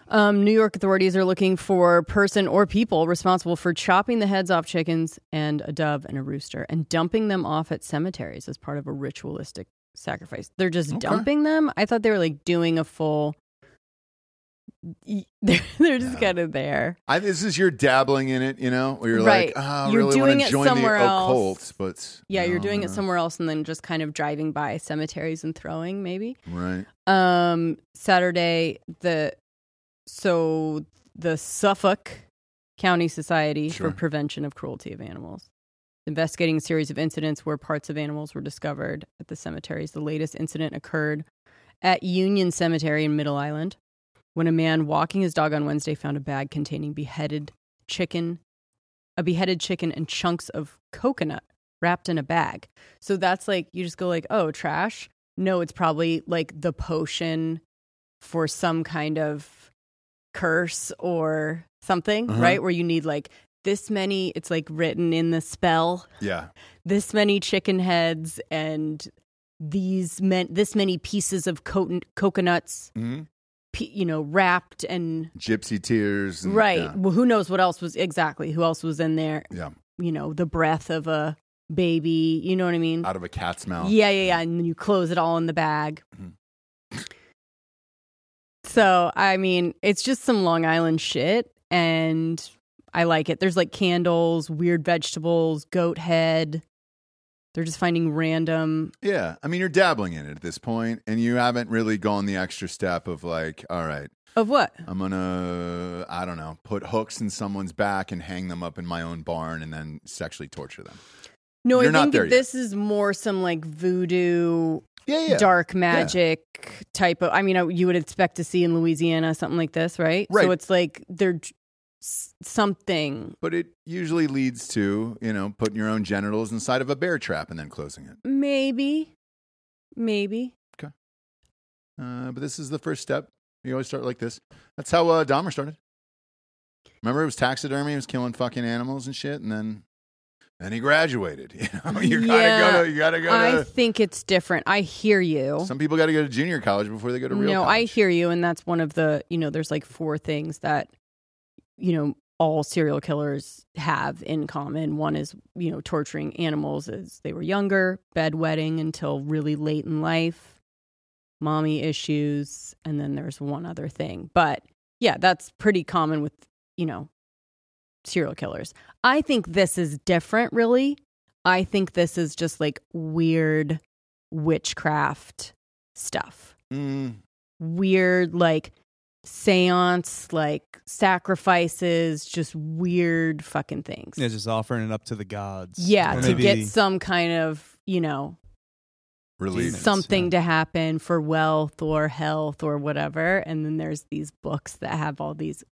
C: Um, New York authorities are looking for person or people responsible for chopping the heads off chickens and a dove and a rooster and dumping them off at cemeteries as part of a ritualistic sacrifice. They're just
B: Okay.
C: dumping them. I thought they were like doing a full. y- They're, they're just
B: Yeah.
C: kind of there.
B: I, this is your dabbling in it. You know, where you're
C: Right.
B: like, ah, I
C: You're
B: really want
C: doing
B: to
C: it
B: join the
C: somewhere else.
B: occult, but
C: Yeah, you're
B: no,
C: doing it
B: no.
C: somewhere else and then just kind of driving by cemeteries and throwing maybe.
B: right.
C: um saturday the so the suffolk county society
B: Sure.
C: for prevention of cruelty of animals investigating a series of incidents where parts of animals were discovered at the cemeteries the latest incident occurred at union cemetery in middle island when a man walking his dog on wednesday found a bag containing beheaded chicken a beheaded chicken and chunks of coconut wrapped in a bag so that's like you just go like oh trash no, it's probably like the potion for some kind of curse or something,
B: Uh-huh.
C: right? Where you need like this many, it's like written in the spell,
B: Yeah,
C: this many chicken heads and these men, this many pieces of co- coconuts,
B: hmm
C: pe- you know, wrapped and
B: gypsy tears. and-
C: right.
B: Mm, yeah.
C: Well, who knows what else was exactly who else was in there?
B: Yeah.
C: You know, the breath of a baby, you know what I mean?
B: out of a cat's mouth.
C: Yeah, yeah, yeah.
B: Mm-hmm.
C: And then you close it all in the bag.
B: Mhm.
C: so, I mean, it's just some Long Island shit. And I like it. There's like candles, weird vegetables, goat head. They're just finding random.
B: Yeah. I mean, you're dabbling in it at this point, and you haven't really gone the extra step of like, all right,
C: Of what?
B: I'm going to, I don't know, put hooks in someone's back and hang them up in my own barn and then sexually torture them.
C: No,
B: You're
C: I
B: not
C: think
B: there yet.
C: this is more some like voodoo,
B: Yeah. Yeah.
C: dark magic type of. I mean, I, you would expect to see in Louisiana something like this, right?
B: Right.
C: So it's like they're j- s- something
B: But it usually leads to, you know, putting your own genitals inside of a bear trap and then closing it.
C: Maybe. Maybe.
B: Uh, but this is the first step. You always start like this. That's how uh, Dahmer started. Remember, it was taxidermy. It was killing fucking animals and shit, and then, then he graduated. You know, you gotta go.
C: Yeah,
B: To, you gotta go.
C: I
B: To,
C: think it's different. I hear you.
B: some people gotta go to junior college before they go to real.
C: no, I
B: college.
C: hear you. And that's one of the, you know, there's like four things that, you know, all serial killers have in common. One is, you know, torturing animals as they were younger, bedwetting until really late in life, mommy issues. And then there's one other thing. But yeah, that's pretty common with, you know, serial killers. I think this is different, really. I think this is just like weird witchcraft stuff
B: Mm,
C: weird like seance like sacrifices just weird fucking things
D: Yeah, just offering it up to the gods.
C: Yeah,
D: Or
C: to get
D: maybe-
C: some kind of you know
B: relief.
D: Demons,
C: something
D: yeah.
C: to happen for wealth or health or whatever and then there's these books that have all these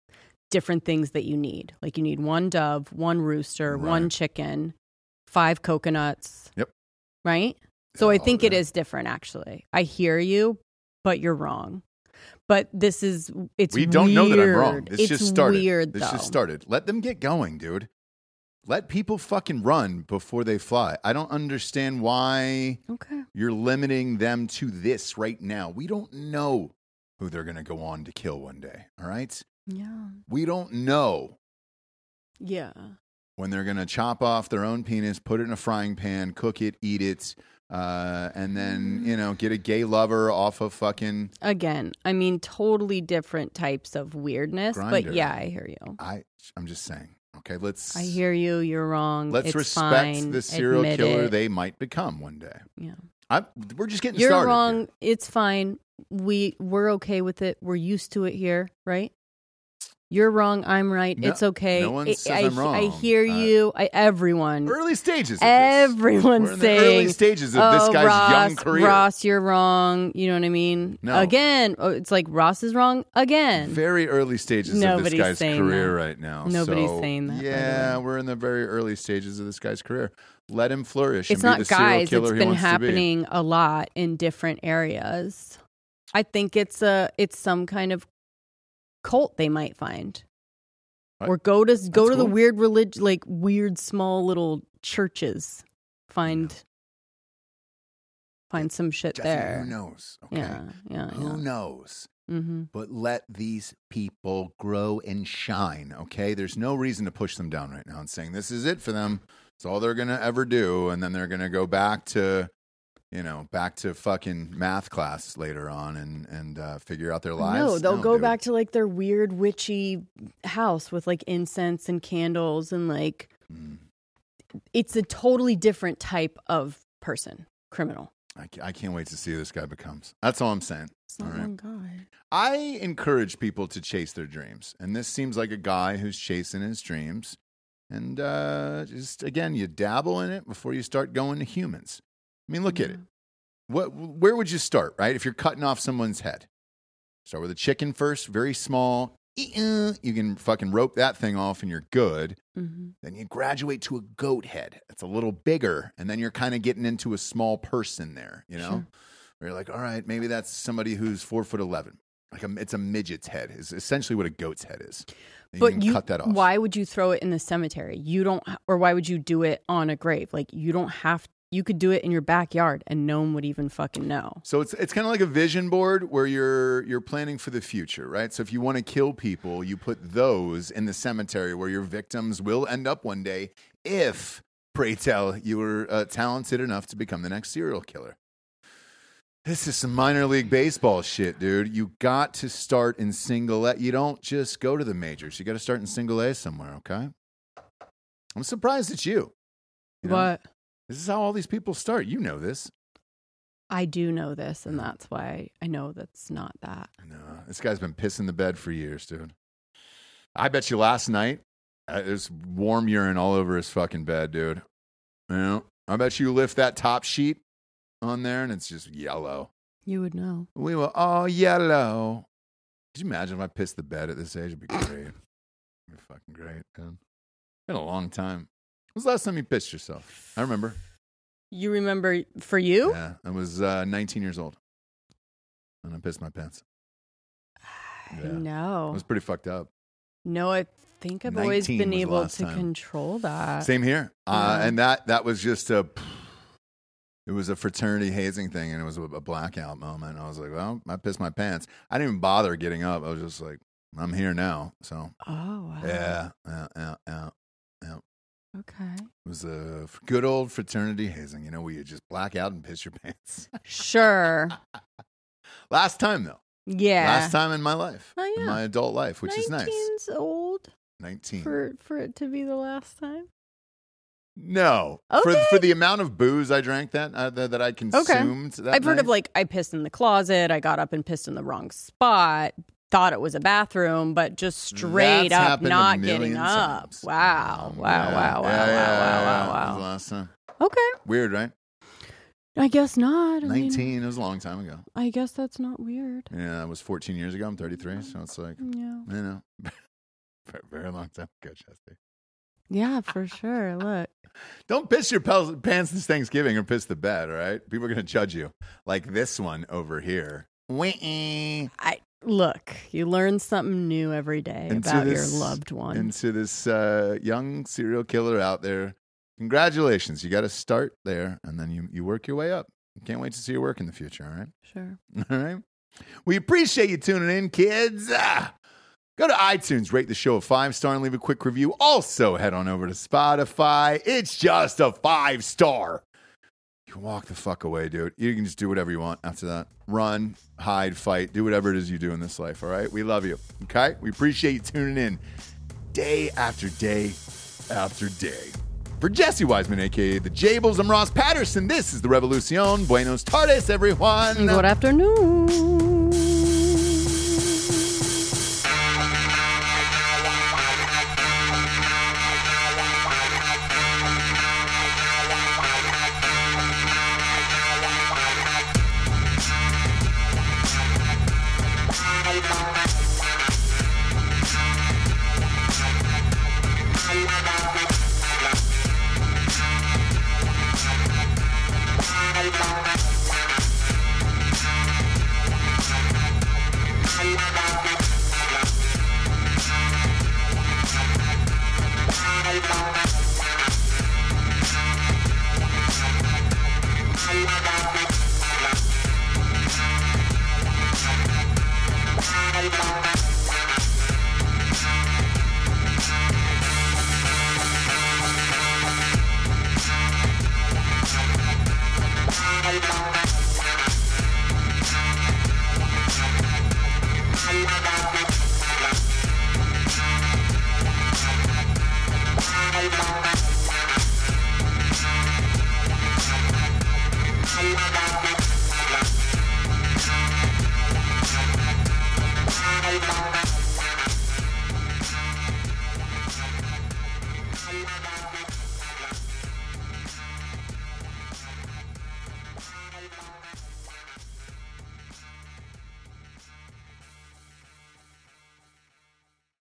C: different things that you need like you need one dove one rooster one
B: Right.
C: chicken five coconuts
B: Yep.
C: right so
B: Yeah,
C: I
B: all
C: think
B: of
C: it is different, actually. I hear you, but you're wrong. But this is it's
B: We don't know that I'm wrong.
C: weird.
B: This
C: it's
B: just started.
C: Weird,
B: this
C: though.
B: just started. Let them get going, dude. Let people fucking run before they fly. I don't understand why
C: Okay.
B: you're limiting them to this right now. We don't know who they're gonna go on to kill one day. All right.
C: Yeah.
B: We don't know
C: Yeah.
B: when they're going to chop off their own penis, put it in a frying pan, cook it, eat it, uh, and then you know get a gay lover off of fucking.
C: Again, I mean, totally different types of weirdness.
B: Grinder.
C: But yeah, I hear you.
B: I I'm just saying. Okay, let's.
C: I hear you. You're wrong.
B: Let's
C: It's
B: respect
C: fine.
B: the serial
C: Admit
B: killer
C: it.
B: they might become one day.
C: Yeah.
B: I, we're just getting
C: You're
B: started. here.
C: wrong. It's fine. We we're okay with it. We're used to it here, right? You're wrong. I'm right.
B: No-
C: it's okay.
B: no one
C: I,
B: says
C: I,
B: I'm
C: I
B: wrong.
C: hear
B: Uh,
C: you. I, everyone.
B: Early stages. Of this.
C: Everyone's
B: We're in the
C: saying,
B: early stages of this
C: "Oh,
B: guy's
C: Ross,
B: young career.
C: Ross, you're wrong. You know what I mean?
B: No.
C: Again, oh, it's like Ross is wrong again.
B: Very early stages of
C: Nobody's
B: this guy's
C: saying
B: career
C: that.
B: right now.
C: Nobody's
B: So,
C: saying that, by the
B: Yeah, we're in the very early stages of this guy's career. Let him flourish.
C: it's
B: and
C: not
B: be the
C: guys.
B: Serial
C: It's
B: killer he
C: been
B: wants to be.
C: happening a lot in different areas. I think it's a it's some kind of cult they might find,
B: Right.
C: or go to go
B: That's
C: to the
B: cool.
C: weird religion, like weird small little churches. Find find some shit
B: Jesse,
C: there.
B: Who knows? Okay.
C: Yeah, yeah,
B: Who knows?
C: yeah. Mm-hmm.
B: But let these people grow and shine, okay? There's no reason to push them down right now and saying this is it for them. It's all they're going to ever do. And then they're going to go back to, you know, back to fucking math class later on and, and uh, figure out their lives.
C: No, they'll go
B: dude.
C: back to like their weird witchy house with like incense and candles and like
B: Mm.
C: it's a totally different type of person, criminal.
B: I, ca- I can't wait to see who this guy becomes. That's all I'm saying.
C: It's not
B: All right.
C: one guy.
B: I encourage people to chase their dreams. And this seems like a guy who's chasing his dreams. And uh, just again, you dabble in it before you start going to humans. I mean, look at it. What, where would you start, right? If you're cutting off someone's head, start with a chicken first, very small. Eh-eh. You can fucking rope that thing off and you're good.
C: hmm
B: Then you graduate to a goat head. It's a little bigger. And then you're kind of getting into a small person there, you know?
C: Sure.
B: Where you're like, all right, maybe that's somebody who's four foot 11. Like a, it's a midget's head, is essentially what a goat's head is. And
C: But
B: can
C: you,
B: cut that off.
C: why would you throw it in the cemetery? You don't, or why would you do it on a grave? Like you don't have. You could do it in your backyard, and no one would even fucking know.
B: So it's it's kind of like a vision board where you're you're planning for the future, right? So if you want to kill people, you put those in the cemetery where your victims will end up one day if pray tell you were uh, talented enough to become the next serial killer. This is some minor league baseball shit, dude. You got to start in single A. You don't just go to the majors. You got to start in single A somewhere, okay? I'm surprised at you. you know?
C: But
B: This is how all these people start. You know this.
C: I do know this, and that's why I know that's not that.
B: No, this guy's been pissing the bed for years, dude. I bet you last night uh, there's warm urine all over his fucking bed, dude. You know, I bet you lift that top sheet on there and it's just yellow.
C: You would know.
B: We were all yellow. Could you imagine if I pissed the bed at this age? It'd be great. It'd be fucking great, dude. Been a long time. When's the last time you pissed yourself? I remember.
C: You remember for you?
B: Yeah, I was uh, 19 years old, and I pissed my pants. Yeah. I
C: No.
B: was pretty fucked up.
C: No, I think I've always
B: 19
C: been
B: was
C: able
B: last
C: to
B: time.
C: control that.
B: Same here. Uh,
C: Yeah.
B: and that that was just a it was a fraternity hazing thing and it was a, a blackout moment. I was like, well, I pissed my pants. I didn't even bother getting up. I was just like, I'm here now. So
C: Oh, wow.
B: yeah, yeah, yeah, yeah.
C: Okay.
B: It was a f- good old fraternity hazing, you know, where you just black out and piss your pants.
C: Sure.
B: Last time though.
C: Yeah.
B: Last time in my life.
C: Oh,
B: In
C: yeah.
B: my adult life, which is nice.
C: 19's old
B: 19.
C: for for it to be the last time.
B: no. For
C: Okay.
B: for the amount of booze I drank that uh, that, that I consumed that
C: I've heard of
B: night.
C: like I pissed in the closet, I got up and pissed in the wrong spot, thought it was a bathroom, but just straight
B: That's
C: up
B: happened a
C: not
B: million
C: getting up.
B: times.
C: Wow.
B: Oh,
C: Wow,
B: yeah.
C: wow, wow,
B: Yeah, yeah, yeah,
C: wow,
B: yeah. That
C: wow,
B: was
C: wow,
B: last time.
C: wow. Okay.
B: Weird, right?
C: I guess not. I mean,
B: 19. It was a long time ago.
C: I guess that's not weird.
B: Yeah, it was 14 years ago. I'm 33. So it's like, you
C: Yeah.
B: know, very- very long time ago, Chester.
C: Yeah, for sure. Look.
B: Don't piss your pals- pants this Thanksgiving or piss the bed, all right? People are going to judge you. Like this one over here. Wee-ee.
C: I look, you learn something new every day
B: Into
C: about
B: this-
C: your loved one.
B: And to this uh, young serial killer out there, congratulations. You got to start there and then you, you work your way up. Can't wait to see your work in the future, all right?
C: sure.
B: All right. We appreciate you tuning in, kids. Ah. Go to iTunes, rate the show a five star, and leave a quick review. Also, head on over to Spotify. It's just a five star. You can walk the fuck away, dude. You can just do whatever you want after that. Run, hide, fight, do whatever it is you do in this life, all right? We love you, okay? We appreciate you tuning in day after day after day. For Jesse Wiseman, aka The Jables, I'm Ross Patterson. This is The Revolucion. Buenos tardes, everyone.
C: Good afternoon.